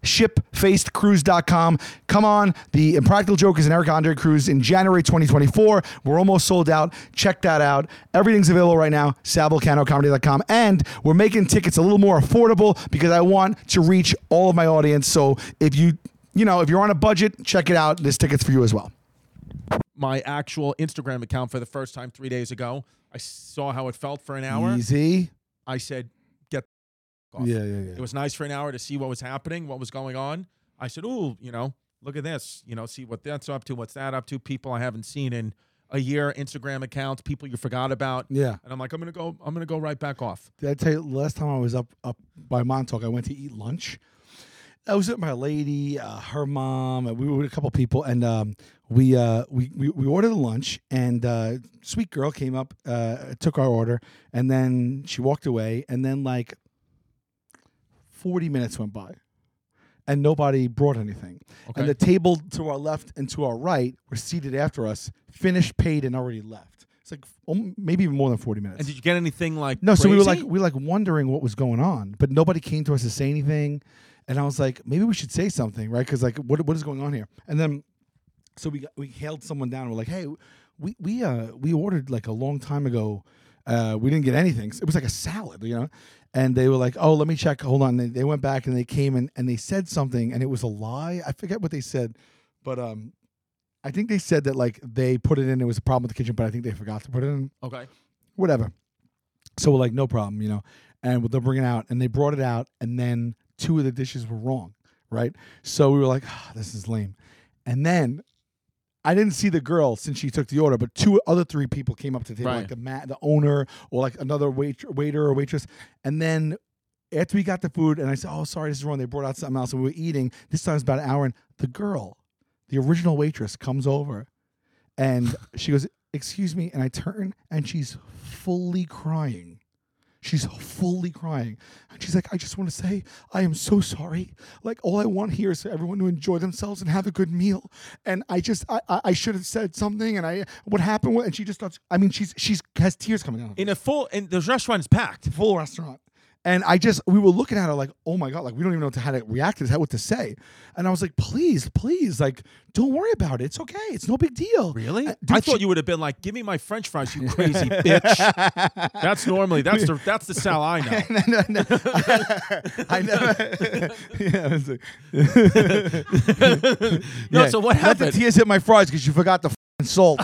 shipfacedcruise.com. Come on, the Impractical Jokers and Eric Andre Cruise in January 2024. We're almost sold out. Check that out. Everything's available right now, sabalcanocomedy.com. And we're making tickets a little more affordable because I want to reach all of my audience. So if you, you know, if you're on a budget, check it out. This ticket's for you as well. My actual Instagram account for the first time three days ago. I saw how it felt for an hour. Easy. I said, get the f- off. Yeah, yeah, yeah. It was nice for an hour to see what was happening, what was going on. I said, "Ooh, you know, look at this. You know, see what that's up to, what's that up to? People I haven't seen in a year, Instagram accounts, people you forgot about." Yeah. And I'm like, "I'm gonna go. I'm gonna go right back off." Did I tell you last time I was up up by Montauk? I went to eat lunch. I was with my lady, uh, her mom, and we were with a couple people, and um, we, uh, we we we ordered a lunch, and uh, sweet girl came up, uh, took our order, and then she walked away, and then like forty minutes went by, and nobody brought anything, Okay. and the table to our left and to our right were seated after us, finished, paid, and already left. It's like um, maybe even more than forty minutes. And did you get anything like? No, so we were like crazy? we were like wondering what was going on, but nobody came to us to say anything. And I was like, maybe we should say something, right? Because like, what what is going on here? And then, so we got, we hailed someone down. and We're like, hey, we we uh we ordered like a long time ago. Uh, we didn't get anything. It was like a salad, you know. And they were like, oh, let me check. Hold on. They, they went back and they came and and they said something, and it was a lie. I forget what they said, but um. I think they said that like they put it in, it was a problem with the kitchen, but I think they forgot to put it in okay. whatever. So we're like, no problem, you know. And they'll bring it out, and they brought it out, and then two of the dishes were wrong, right? So we were like, ah, this is lame. And then I didn't see the girl since she took the order, but two other three people came up to the table, Right. like the ma- the owner or like another wait- waiter or waitress. And then after we got the food, and I said, oh, sorry, this is wrong. They brought out something else, and we were eating. This time it's about an hour, and the girl, the original waitress, comes over and she goes, "Excuse me." And I turn, and she's fully crying. She's fully crying, and she's like, "I just want to say I am so sorry. Like all I want here is for everyone to enjoy themselves and have a good meal. And I just, I, I, I should have said something. And I, what happened? was-" And she just starts. I mean, she's she's has tears coming down. her In a full, and the restaurant is packed. full restaurant. And I just, we were looking at her like, oh my God, like we don't even know what to- how to react to this, how- what to say. And I was like, please, please, like, don't worry about it. It's okay. It's no big deal. Really? Uh, dude, I she- thought you would have been like, "Give me my French fries, you crazy bitch." That's normally that's the that's the Sal I know. No, no, no. I never. yeah, I was like, No, yeah. so what Let happened? the tears hit my fries because you forgot the f***ing salt.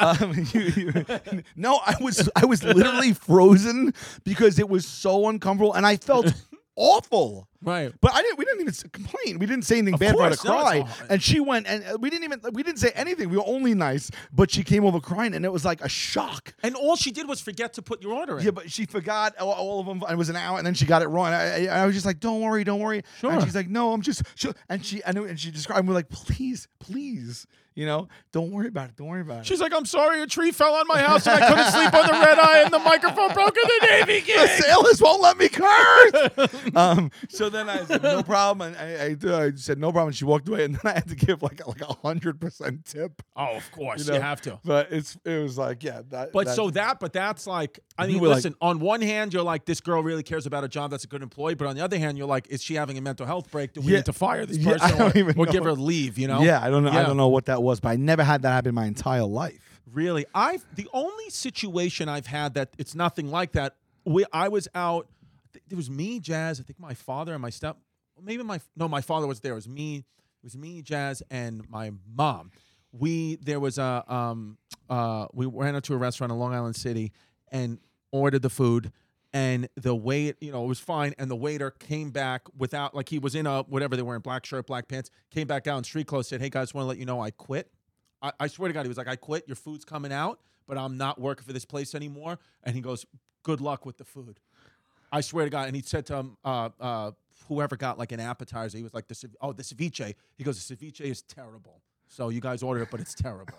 Um, you- you- no, I was I was literally frozen because it was so uncomfortable, and I felt awful. Right. But I didn't. We didn't even s- complain. We didn't say anything bad course, about no, her cry. it's all- and she went, and uh, we didn't even we didn't say anything. We were only nice, but she came over crying, and it was like a shock. and all she did was forget to put your order in. Yeah, but she forgot all, all of them. It was an hour, and then she got it wrong. I, I, I was just like, "Don't worry, don't worry." Sure. And she's like, "No, I'm just," she, and she and, and she described. And we're like, "Please, please, you know, don't worry about it. Don't worry about it." She's like, I'm sorry, a tree fell on my house and I couldn't sleep on the red eye and the microphone broke in the Navy the gig. sailors won't let me curse. um, so So then I said, no problem. And I, I, I said, no problem. And she walked away. And then I had to give like a, like a hundred percent tip. Oh, of course, you, know? have to. But it's it was like, yeah. That, But so that, but that's like, I You mean, were like- listen. on one hand, you're like, this girl really cares about a job. That's a good employee. But on the other hand, you're like, is she having a mental health break? Do we Yeah. need to fire this Yeah, I person or, don't even or give know. her leave? You know? Yeah, I don't know. I Yeah. don't know what that was, but I never had that happen in my entire life. Really, I've the only situation I've had that it's nothing like that. We, I was out. th- It was me, Jazz. I think my father and my step. Maybe my no, my father was there. It was me. It was me, Jazz, and my mom. We there was a um uh we ran out to a restaurant in Long Island City and ordered the food. And the wait, you know, it was fine. And the waiter came back without, like, he was in a whatever they were in black shirt, black pants. Came back down, street clothes, said, "Hey guys, want to let you know I quit." I, I swear to God, he was like, I quit. Your food's coming out, but I'm not working for this place anymore. And he goes, Good luck with the food. I swear to God. And he said to him, uh, uh, whoever got like an appetizer, he was like, the, cev- Oh, the ceviche. He goes, The ceviche is terrible. So you guys ordered it, but it's terrible.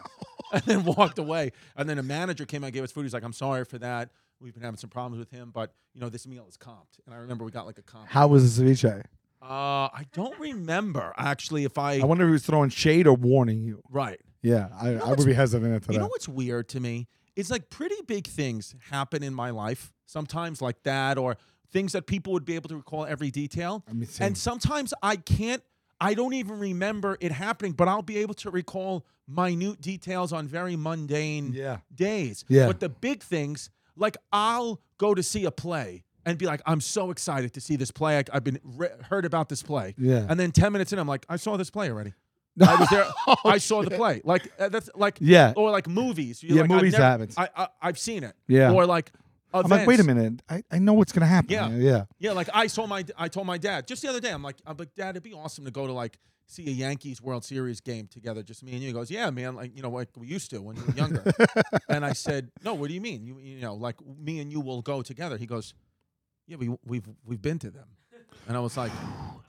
and then walked away. And then a manager came out and gave us food. He's like, I'm sorry for that. We've been having some problems with him, but you know, this meal is comped. And I remember we got like a comp. How was the ceviche? Uh, I don't remember actually if I. I wonder if he was throwing shade or warning you. right. Yeah, I, I what's- would be hesitant to You know that. what's weird to me? It's like pretty big things happen in my life, sometimes like that, or things that people would be able to recall every detail. me see. And sometimes I can't, I don't even remember it happening, but I'll be able to recall minute details on very mundane Yeah. days. Yeah. But the big things, like I'll go to see a play and be like, I'm so excited to see this play. I, I've been re- heard about this play. Yeah. And then 10 minutes in, I'm like, I saw this play already. I was there. I saw the play. Like uh, that's like Oh, Yeah. or like movies. You're Yeah, like, movies I've never- happens. I, I I've seen it. Yeah. Or like I'm like, wait a events. minute. I, I know what's gonna happen. Yeah. yeah. Yeah, like I saw my I told my dad just the other day. I'm like I'm like dad, it'd be awesome to go to like see a Yankees World Series game together, just me and you. He goes, yeah, man, like you know like we used to when you were younger. and I said, no, what do you mean? You you know like me and you will go together. He goes, yeah, we we've we've been to them. And I was like,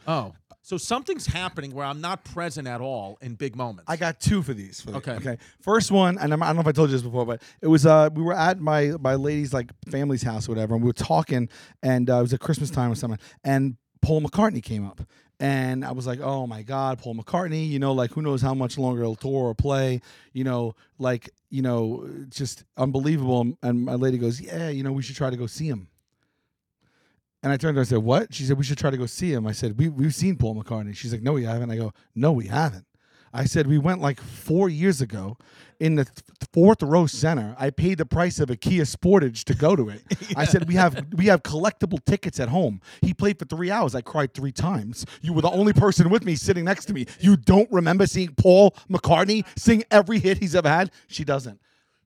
oh, so something's happening where I'm not present at all in big moments. I got two for these. For the- Okay. okay. First one, and I'm, I don't know if I told you this before, but it was uh we were at my my lady's like family's house or whatever, and we were talking, and uh, it was at Christmas time or something, and Paul McCartney came up, and I was like, oh my God, Paul McCartney, you know, like who knows how much longer he'll tour or play, you know, like you know, just unbelievable. And my lady goes, yeah, you know, we should try to go see him. And I turned to her and said, What? She said, We should try to go see him. I said, we, We've seen Paul McCartney. She's like, No, we haven't. I go, No, we haven't. I said, We went like four years ago in the th- fourth row center. I paid the price of a Kia Sportage to go to it. I said, We have we have collectible tickets at home. He played for three hours. I cried three times. You were the only person with me sitting next to me. You don't remember seeing Paul McCartney sing every hit he's ever had? She doesn't.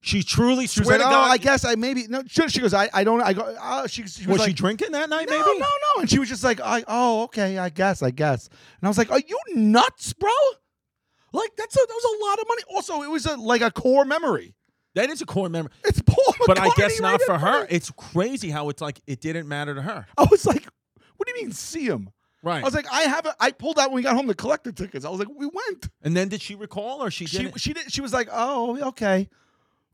she truly She was swear like, to oh, God, I guess I maybe no. She, she goes, I, I don't. I go. Oh, she, she was, was like, she drinking that night? no, maybe. no, no. And she was just like, I, oh, okay, I guess, I guess. And I was like, are you nuts, bro? Like that's a, that was a lot of money. Also, it was a like a core memory. That is a core memory. It's Paul But I McCartney guess right not in for her. front of- It's crazy how it's like it didn't matter to her. I was like, what do you mean see him? Right. I was like, I have. A, I pulled out when we got home the collector tickets. I was like, we went. and then did she recall or she She didn't? she did. She was like, oh, okay.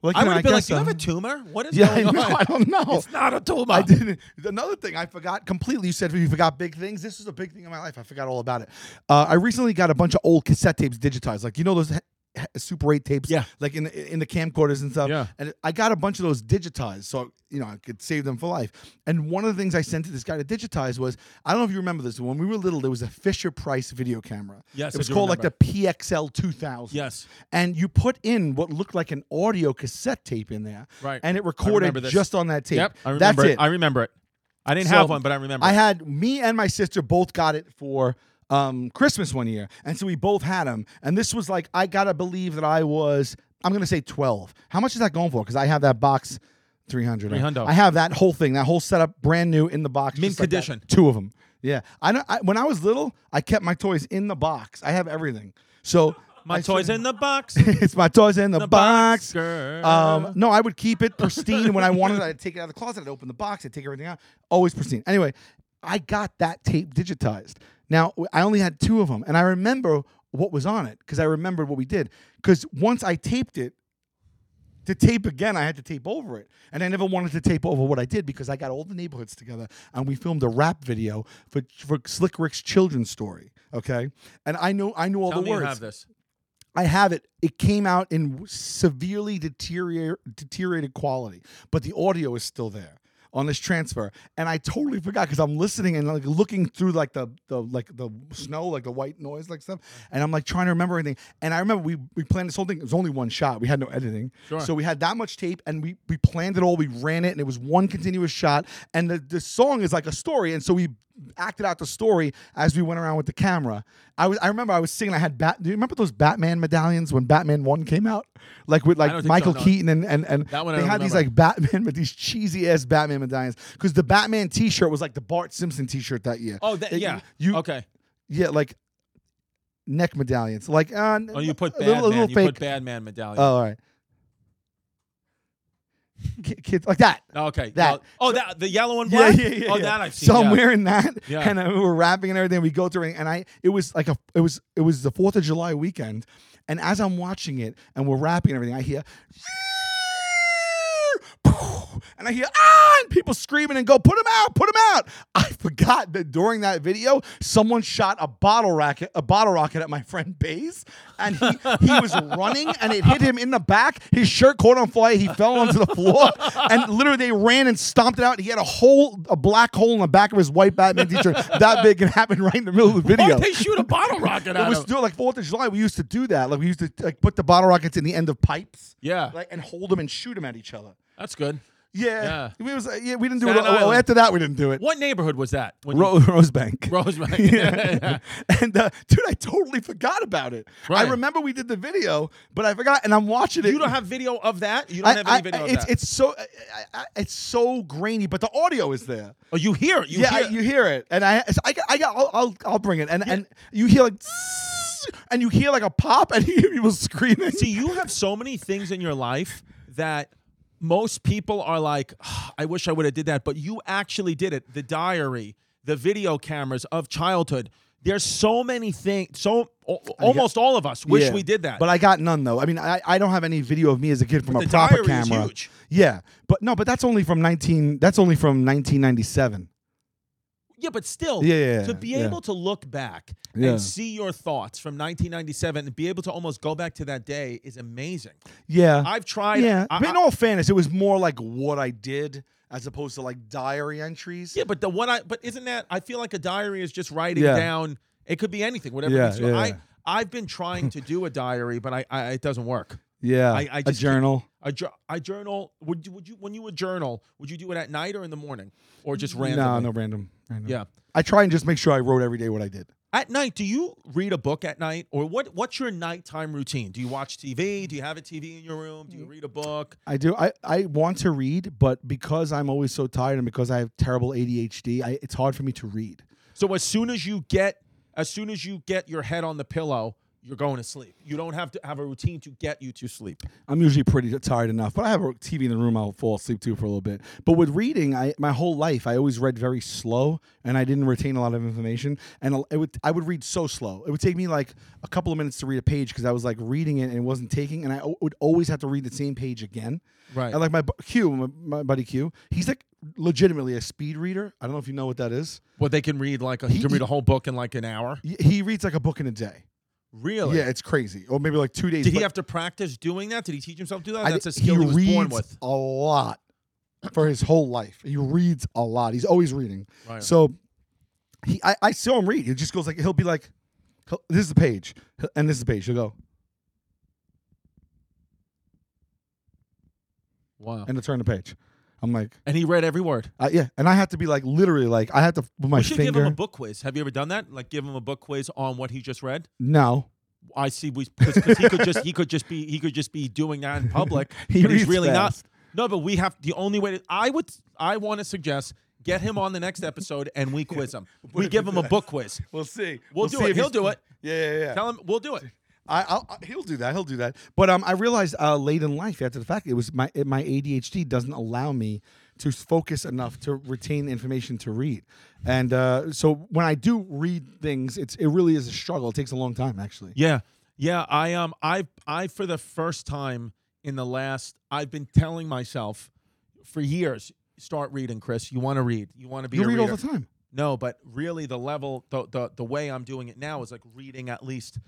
Like, I you would know, have been like, guess "Do you so." have a tumor? What is Yeah, I going know. on?" I don't know. It's not a tumor. I didn't. Another thing I forgot completely. You said you forgot big things. This is a big thing in my life. I forgot all about it. Uh, I recently got a bunch of old cassette tapes digitized. Like you know those he- he- Super 8 tapes. Yeah. Like in the, in the camcorders and stuff. Yeah. And I got a bunch of those digitized, so you know I could save them for life. And one of the things I sent to this guy to digitize was I don't know if you remember this. When we were little, there was a Fisher Price video camera. Yes, I It was do called like remember. the PXL 2000. Yes. And you put in what looked like an audio cassette tape in there. Right. And it I recorded remember this. just on that tape. Yep, I remember That's it. it. I remember it. I didn't So, have one, but I remember. I it. had me and my sister both got it for um, Christmas one year, and so we both had them. And this was like I gotta believe that I was. I'm gonna say 12. How much is that going for? Because I have that box. 300. 300. I have that whole thing, that whole setup, brand new in the box, Mint just like that. condition. Two of them. Yeah. I know. I, when I was little, I kept my toys in the box. I have everything. So my I toys sort in the box. of- it's my toys in the, The box, box. girl. Um, no, I would keep it pristine when I wanted. it. I'd take it out of the closet. I'd open the box. I'd take everything out. Always pristine. Anyway, I got that tape digitized. Now w- I only had two of them, and I remember what was on it because I remembered what we did. Because once I taped it to tape again, I had to tape over it. And I never wanted to tape over what I did because I got all the neighborhoods together and we filmed a rap video for, for Slick Rick's children's story. Okay. And I know I knew all Tell the me words. you have this. I have it. It came out in severely deterior- deteriorated quality, but the audio is still there on this transfer. And I totally forgot because I'm listening and like looking through like the the like the snow, like the white noise, like stuff. And I'm like trying to remember anything. And I remember we we planned this whole thing. It was only one shot. We had no editing, so we had that much tape, and we we planned it all. We ran it, and it was one continuous shot. And the the song is like a story, and so we acted out the story as we went around with the camera. I was I remember I was singing. I had bat. Do you remember those Batman medallions when Batman One came out, like with don't like think Michael so, no. Keaton and and and That one I they don't had these remember. like Batman with these cheesy ass Batman medallions because the Batman T-shirt was like the Bart Simpson T-shirt that year. Oh, that, It- yeah. you okay. yeah like neck medallions like uh, Oh, you put a bad little, man. a little you fake put bad man medallion. oh all right Ki- kids like that okay. that. well- oh, that the yellow and Yeah, black. yeah, yeah, oh, yeah. that I've seen. So I'm yeah. wearing that, Yeah. and uh, we were rapping and everything. We go through, it, and I it was like a it was it was the Fourth of July weekend, and as I'm watching it and we're rapping and everything, I hear. And I hear ah, and people screaming and go, put them out, put them out. I forgot that during that video, someone shot a bottle rocket, a bottle rocket at my friend Baze, and he, he was running and it hit him in the back. His shirt caught on fire. He fell onto the floor, and literally they ran and stomped it out. He had a hole, a black hole in the back of his white Batman t-shirt that big, and happened right in the middle of the Why video. did they shoot a bottle rocket It at was him? still like Fourth of July. We used to do that. Like we used to like put the bottle rockets in the end of pipes, Yeah. like and hold them and shoot them at each other. That's good. Yeah, It was. uh, yeah, we didn't do Staten it. Well, Island. after that, we didn't do it. What neighborhood was that? When you- Ro- Rosebank. Rosebank. yeah. And uh, dude, I totally forgot about it. Right. I remember we did the video, but I forgot, and I'm watching it. you don't have video of that. You don't have any video of it's, that. it's so I, I, I- it's so grainy, but the audio is there. oh, you hear it. You yeah, hear. I, you hear it, and I, so I, got- I got, I'll, I'll, I'll bring it, and and you hear like, "Tss," and you hear like a pop, and you hear people screaming. See, you have so many things in your life that most people are like, "Ah, I wish I would have did that, but you actually did it. The diary, the video cameras of childhood. There's so many things. So al- almost all of us wish Yeah. we did that. But I got none though. I mean, I, I don't have any video of me as a kid from a the proper diary is camera. huge. Yeah, but no, but that's only from nineteen. That's only from nineteen ninety seven. yeah, but still, Yeah, yeah, to be yeah. able to look back Yeah. and see your thoughts from 1997 and be able to almost go back to that day is amazing. Yeah, I've tried. Uh, yeah. I- I, mean, I- in all fairness, it was more like what I did as opposed to like diary entries. Yeah, but the one I but isn't that I feel like a diary is just writing Yeah. down. It could be anything, whatever. Yeah, it is. yeah, I yeah. I've been trying to do a diary, but I, I it doesn't work. yeah. I- I a just keep- journal. I, jour- I journal. Would you, would you when you would journal? Would you do it at night or in the morning or just randomly? No, no, random. random. Yeah, I try and just make sure I wrote every day what I did. at night. Do you read a book at night or what? What's your nighttime routine? Do you watch TV? Do you have a TV in your room? Do you read a book? I do. I, I want to read, but because I'm always so tired and because I have terrible ADHD, I, it's hard for me to read. So as soon as you get as soon as you get your head on the pillow, you're going to sleep. You don't have to have a routine to get you to sleep. I'm usually pretty tired enough, but I have a TV in the room. I'll fall asleep to for a little bit. But with reading, I my whole life I always read very slow, and I didn't retain a lot of information. And it would I would read so slow. It would take me like a couple of minutes to read a page because I was like reading it and it wasn't taking, and I o- would always have to read the same page again. Right. And like my bu- Q, my, my buddy Q, he's like legitimately a speed reader. I don't know if you know what that is. Well, they can read like a, he can read a whole book in like an hour. He- He reads like a book in a day. Really? Yeah, it's crazy. Or maybe like two days. Did but- he have to practice doing that? Did he teach himself to do that? I Oh, That's a thi- skill he, was reads born with. a lot for his whole life. He reads a lot. He's always reading. Right. So he, I, I saw him read. He just goes like he'll be like, he'll- "This is the page," He'll- and this is the page. He'll go, Wow. And, and he'll turn the page. I'm like, he read every word. uh, yeah, and I have to be like literally like I have to put my We should finger. give him a book quiz. Have you ever done that? Like give him a book quiz on what he just read. No, I see. We because he could just he could just be he could just be doing that in public. He but he's reads really fast. not. No, but we have the only way. To, I would I want to suggest get him on the next episode and we quiz him. we give him a book quiz. we'll see. We'll do it. He'll do it. Yeah, yeah, yeah. Tell him we'll do it. I, I'll, I- he'll do that. He'll do that. But um, I realized uh, late in life, after the fact, it was my it- my ADHD doesn't allow me to focus enough to retain information to read, and uh, so when I do read things, it's it really is a struggle. It takes a long time, actually. Yeah, yeah. I um, I I for the first time in the last. I've been telling myself for years, start reading, Chris. You want to read. You want to be. You a read all reader." the time. No, but really, the level, the, the the way I'm doing it now is like reading at least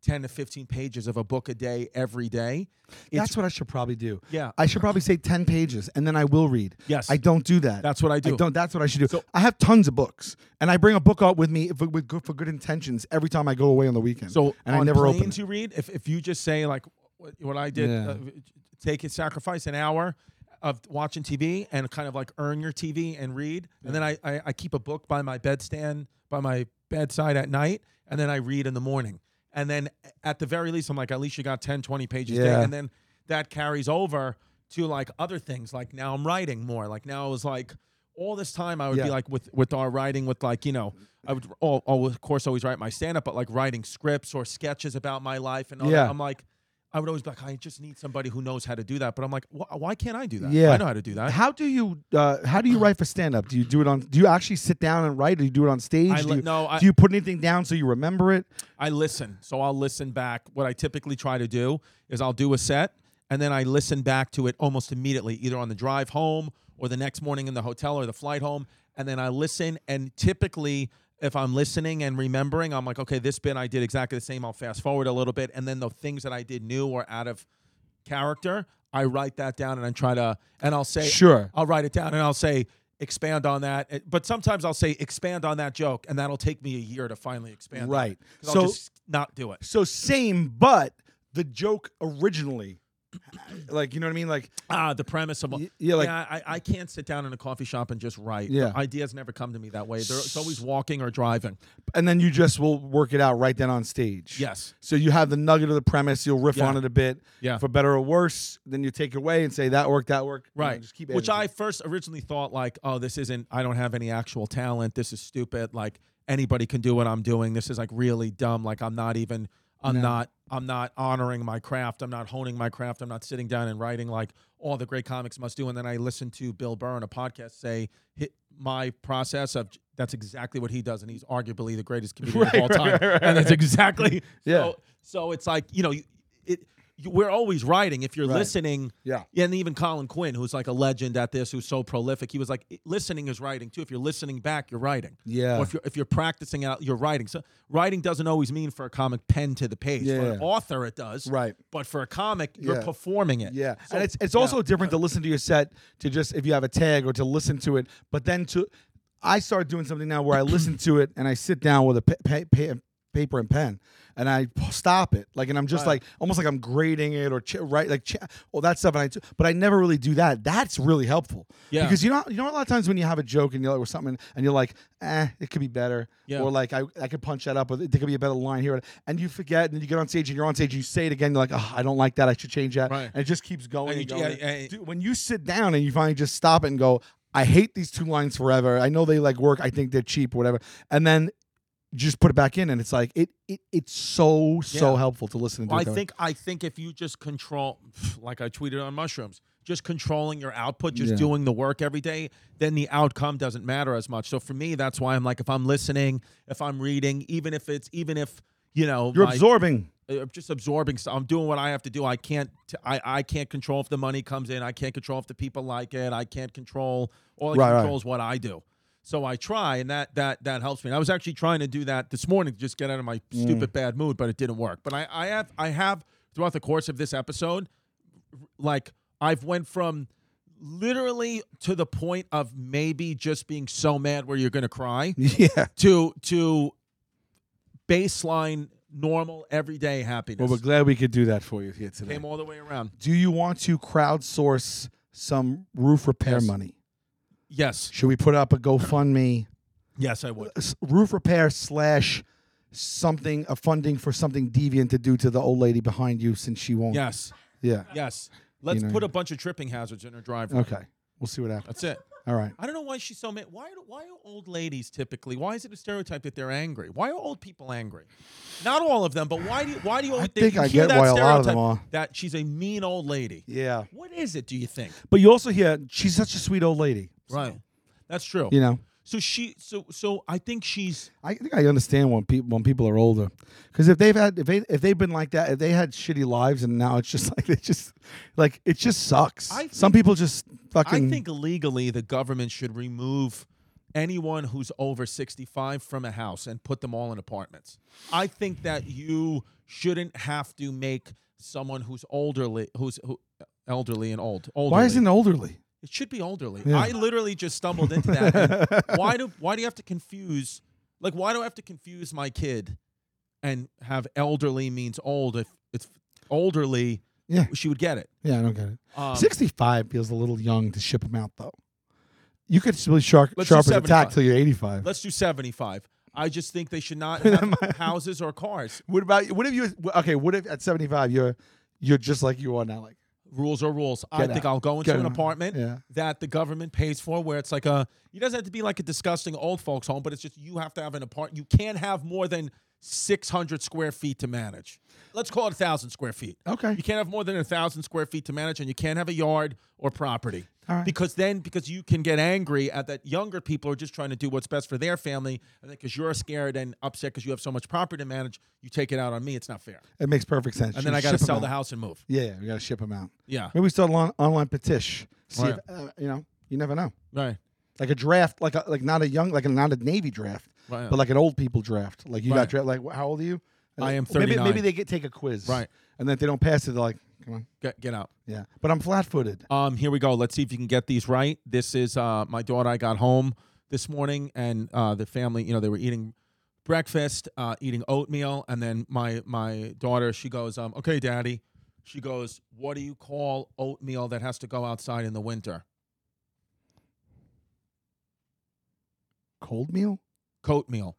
ten to fifteen pages of a book a day every day. It's- That's what I should probably do. Yeah. I should probably say 10 pages and then I will read. Yes. I don't do that. That's what I do. don't, that's what I should do. I have tons of books and I bring a book out with me for, with good, for good intentions every time I go away on the weekend. So and on I never planes open it. you read. If if you just say like what, what I did, Yeah. uh, take it, sacrifice an hour of watching TV and kind of like earn your TV and read, and then I, I I keep a book by my bedstand by my bedside at night, and then I read in the morning, and then at the very least I'm like at least you got 10, 20 pages, there. Yeah. and then that carries over to like other things like now I'm writing more, like now I was like. All this time, I would be Yeah. like with with our writing, with like you know, I would all, all of course always write my stand up, but like writing scripts or sketches about my life and all Yeah. that. I'm like, I would always be like, I just need somebody who knows how to do that. But I'm like, wh- why can't I do that? Yeah. I know how to do that. How do you uh, how do you write for stand up? Do you do it on do you actually sit down and write? Do you do it on stage? I do, li- you, no, I- do you put anything down so you remember it? I listen. So I'll listen back. What I typically try to do is I'll do a set and then I listen back to it almost immediately, either on the drive home or the next morning in the hotel or the flight home. And then I listen. And typically, if I'm listening and remembering, I'm like, okay, this bit I did exactly the same. I'll fast forward a little bit. And then the things that I did new or out of character, I write that down and I try to, and I'll say, Sure. I'll write it down and I'll say, expand on that. Uh, But sometimes I'll say, expand on that joke. And that'll take me a year to finally expand. on it. Right. 'Cause So- I'll just not do it. So same, but the joke originally, like you know what I mean? Like Ah, the premise of Y- yeah, like- I, I can't sit down in a coffee shop and just write. Yeah. The ideas never come to me that way. They're, it's always walking or driving. and then you just will work it out right then on stage. Yes. So you have the nugget of the premise, you'll riff Yeah. on it a bit. Yeah. For better or worse, then you take it away and say that worked, that worked. you know, Right. just keep Which adding I first originally thought like, oh, this isn't. I don't have any actual talent. This is stupid. Like anybody can do what I'm doing. This is like really dumb. Like I'm not even. I'm not. I'm not honoring my craft. I'm not honing my craft. I'm not sitting down and writing like all the great comics must do. And then I listened to Bill Burr on a podcast say hit my process of that's exactly what he does, and he's arguably the greatest comedian of all time. and that's exactly Yeah. So, so it's like you know, you- it. You, we're always writing. If you're listening, Yeah. and even Colin Quinn, who's like a legend at this, who's so prolific, he was like, listening is writing too. If you're listening back, you're writing. Yeah. Or if you're if you're practicing out, you're writing. So writing doesn't always mean for a comic pen to the page. For an Yeah. author, it does. Right. But for a comic, you're Yeah. performing it. Yeah, So- and it's it's also different to listen to your set to just if you have a tag or to listen to it, but then to I start doing something now where I listen to it and I sit down with a pa- pa- pa- paper and pen and I p- stop it like and I'm just like almost like I'm grading it or ch- right like ch- all that stuff and I do, but I never really do that. That's really helpful. Yeah. because you know you know a lot of times when you have a joke and you're like, or something and you're like, eh, it could be better. Yeah. Or like I, I could punch that up, or there could be a better line here, and you forget, and then you get on stage and you're on stage, you say it again, you're like, oh, I don't like that, I should change that, Right. and it just keeps going And and, you- yeah, going. yeah, yeah. Dude, when you sit down and you finally just stop it and go, I hate these two lines forever. I know they like work. I think they're cheap, whatever. And then you just put it back in, and it's like it, it it's so so Yeah. helpful to listen to. Well, it I that way. think I think if you just control, like I tweeted on mushrooms, just controlling your output, just doing the work every day, then the outcome doesn't matter as much. So for me, that's why I'm like, if I'm listening, if I'm reading, even if it's even if you know you're my- absorbing. uh, I'm just absorbing. stuff. I'm doing what I have to do. I can't. T- I I can't control if the money comes in. I can't control if the people like it. I can't control. All I Right, can right. control is what I do. So I try, and that that that helps me. And I was actually trying to do that this morning to just get out of my Mm. stupid bad mood, but it didn't work. But I I have I have throughout the course of this episode, like I've went from literally to the point of maybe just being so mad where you're gonna cry Yeah. to to baseline normal everyday happiness Well, we're glad we could do that for you here today. came all the way around. Do you want to crowdsource some roof repair Yes. money? Yes, Should we put up a GoFundMe? yes, I would. s- roof repair slash something a funding for something deviant to do to the old lady behind you since she won't. Yes, Yeah. yes. Let's know. put a bunch of tripping hazards in her driveway. Okay. We'll see what happens. That's it. All right. I don't know why she's so mad. Why? do- Why are old ladies typically? Why is it a stereotype that they're angry? Why are old people angry? Not all of them, but why do? Why do you? I they- think you I hear get that why a lot of them stereotype are. That she's a mean old lady. Yeah. What is it? Do you think? But you also hear she's such a sweet old lady. Right. That's true. You know. So she, so so I think she's I think I understand when people when people are older, because if they've had if they if they've been like that, if they had shitty lives, and now it's just like it just like it just sucks. I Some people just fucking. I think legally the government should remove anyone who's over 65 from a house and put them all in apartments. I think that you shouldn't have to make someone who's elderly who's who, elderly and old. Elderly. why isn't it elderly? It should be elderly. I literally just stumbled into that. And why do why do you have to confuse like why do I have to confuse my kid and have elderly means old if it's elderly Yeah. she would get it. Yeah, I don't get it. Um, Sixty-five feels a little young to ship them out, though. You could still sharp Let's do sharpen the tack 75. till you're eighty-five. Let's do 75. I just think they should not have houses or cars. what about what if you? Okay, what if at seventy-five you're you're just like you are now? Like Rules are rules. I Get think out. I'll go into Get an out. apartment Yeah. that the government pays for where it's like a, it doesn't have to be like a disgusting old folks home, but it's just you have to have an apartment. You can't have more than 600 square feet to manage. Let's call it 1,000 square feet. Okay. You can't have more than 1,000 square feet to manage and you can't have a yard or property. All right. Because then, because you can get angry at that younger people are just trying to do what's best for their family. And because you're scared and upset because you have so much property to manage, you take it out on me. It's not fair. it makes perfect sense. and then I got to sell the house and move. Yeah, we got to ship them out. Yeah. Maybe we start an on- online petition. See Right. if uh, you know. You never know. Right. Like a draft, like a, like not a young, like a, not a Navy draft, Right. but like an old people draft. Like you Right. got draft. Like wh- how old are you? And I then- am Maybe, 39. maybe they get take a quiz, Right. And then if they don't pass it, they're like, come on, Get, get out. yeah. But I'm flat footed. Um, here we go. Let's see if you can get these right. This is uh, my daughter. I got home this morning, and uh, the family, you know, they were eating breakfast, uh, eating oatmeal, and then my my daughter, she goes, um, "Okay, daddy," she goes, "What do you call oatmeal that has to go outside in the winter? Cold meal. Coat meal.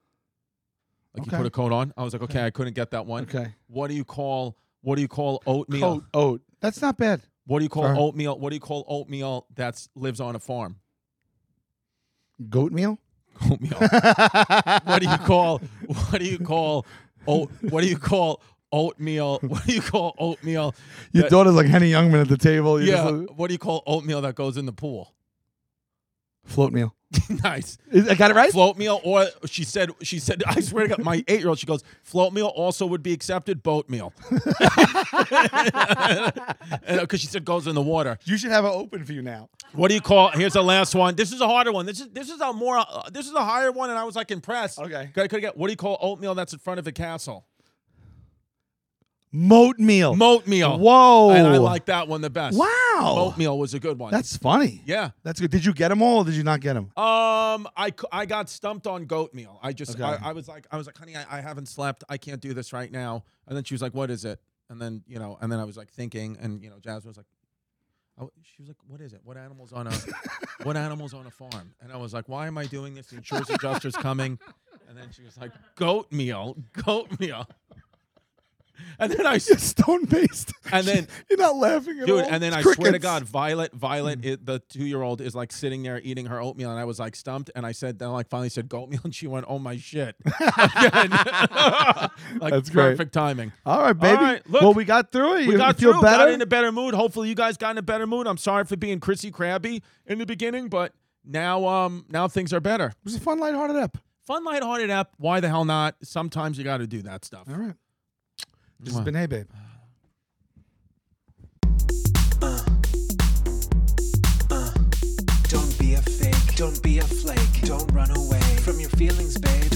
Like you Okay. put a coat on." I was like, "Okay, I couldn't get that one." Okay. What do you call what do you call oatmeal? Coat oat. That's not bad. What do you call Sorry. oatmeal? What do you call oatmeal that lives on a farm? Goat meal. oatmeal. what do you call? What do you call? Oat, what do you call oatmeal? What do you call oatmeal? Your that- daughter's like Henny Youngman at the table. You're yeah. just like, what do you call oatmeal that goes in the pool? float meal. nice. Is- I got it right. Float meal, or she said, she said, I swear to God, my eight year old, she goes, float meal also would be accepted, boat meal. Because she said goes in the water. you should have it open for you now. What do you call? Here's the last one. This is a harder one. This is this is a more uh, this is a higher one, and I was like impressed. Okay. Could, could get what do you call oatmeal that's in front of a castle? Moat meal. Moat meal. Whoa. And I like that one the best. Oh. Wow. Moat meal was a good one. That's funny. yeah. That's good. Did you get them all or did you not get them? Um, I, c- I got stumped on goat meal. I just Okay. I, I was like I was like, honey, I, I haven't slept. I can't do this right now. And then she was like, what is it? And then you know, and then I was like thinking, and you know, Jasmine was like, I w she was like, what is it? What animals on a what animals on a farm? And I was like, why am I doing this? The insurance adjuster's coming. And then she was like, goat meal, goat meal. And then I s- Stone based. And then- you're not laughing at dude. all. And then It's I swear to crickets. Mm. God, Violet, Violet, i the two-year-old is like sitting there eating her oatmeal, and I was like stumped. And I said, then like finally said goat meal, and she went, "Oh my shit!" Again. like That's great. perfect timing. All right, baby. right, look. well, we got through it. You We got feel through, better. got in a better mood. Hopefully, you guys got in a better mood. I'm sorry for being Chrissy Crabby in the beginning, but now, um, now things are better. it was a fun, lighthearted app. Fun, lighthearted app. Why the hell not? Sometimes you got to do that stuff. All right. This Mwah. has been Hey Babe. Don't be a fake, don't be a flake, don't run away from your feelings, babe.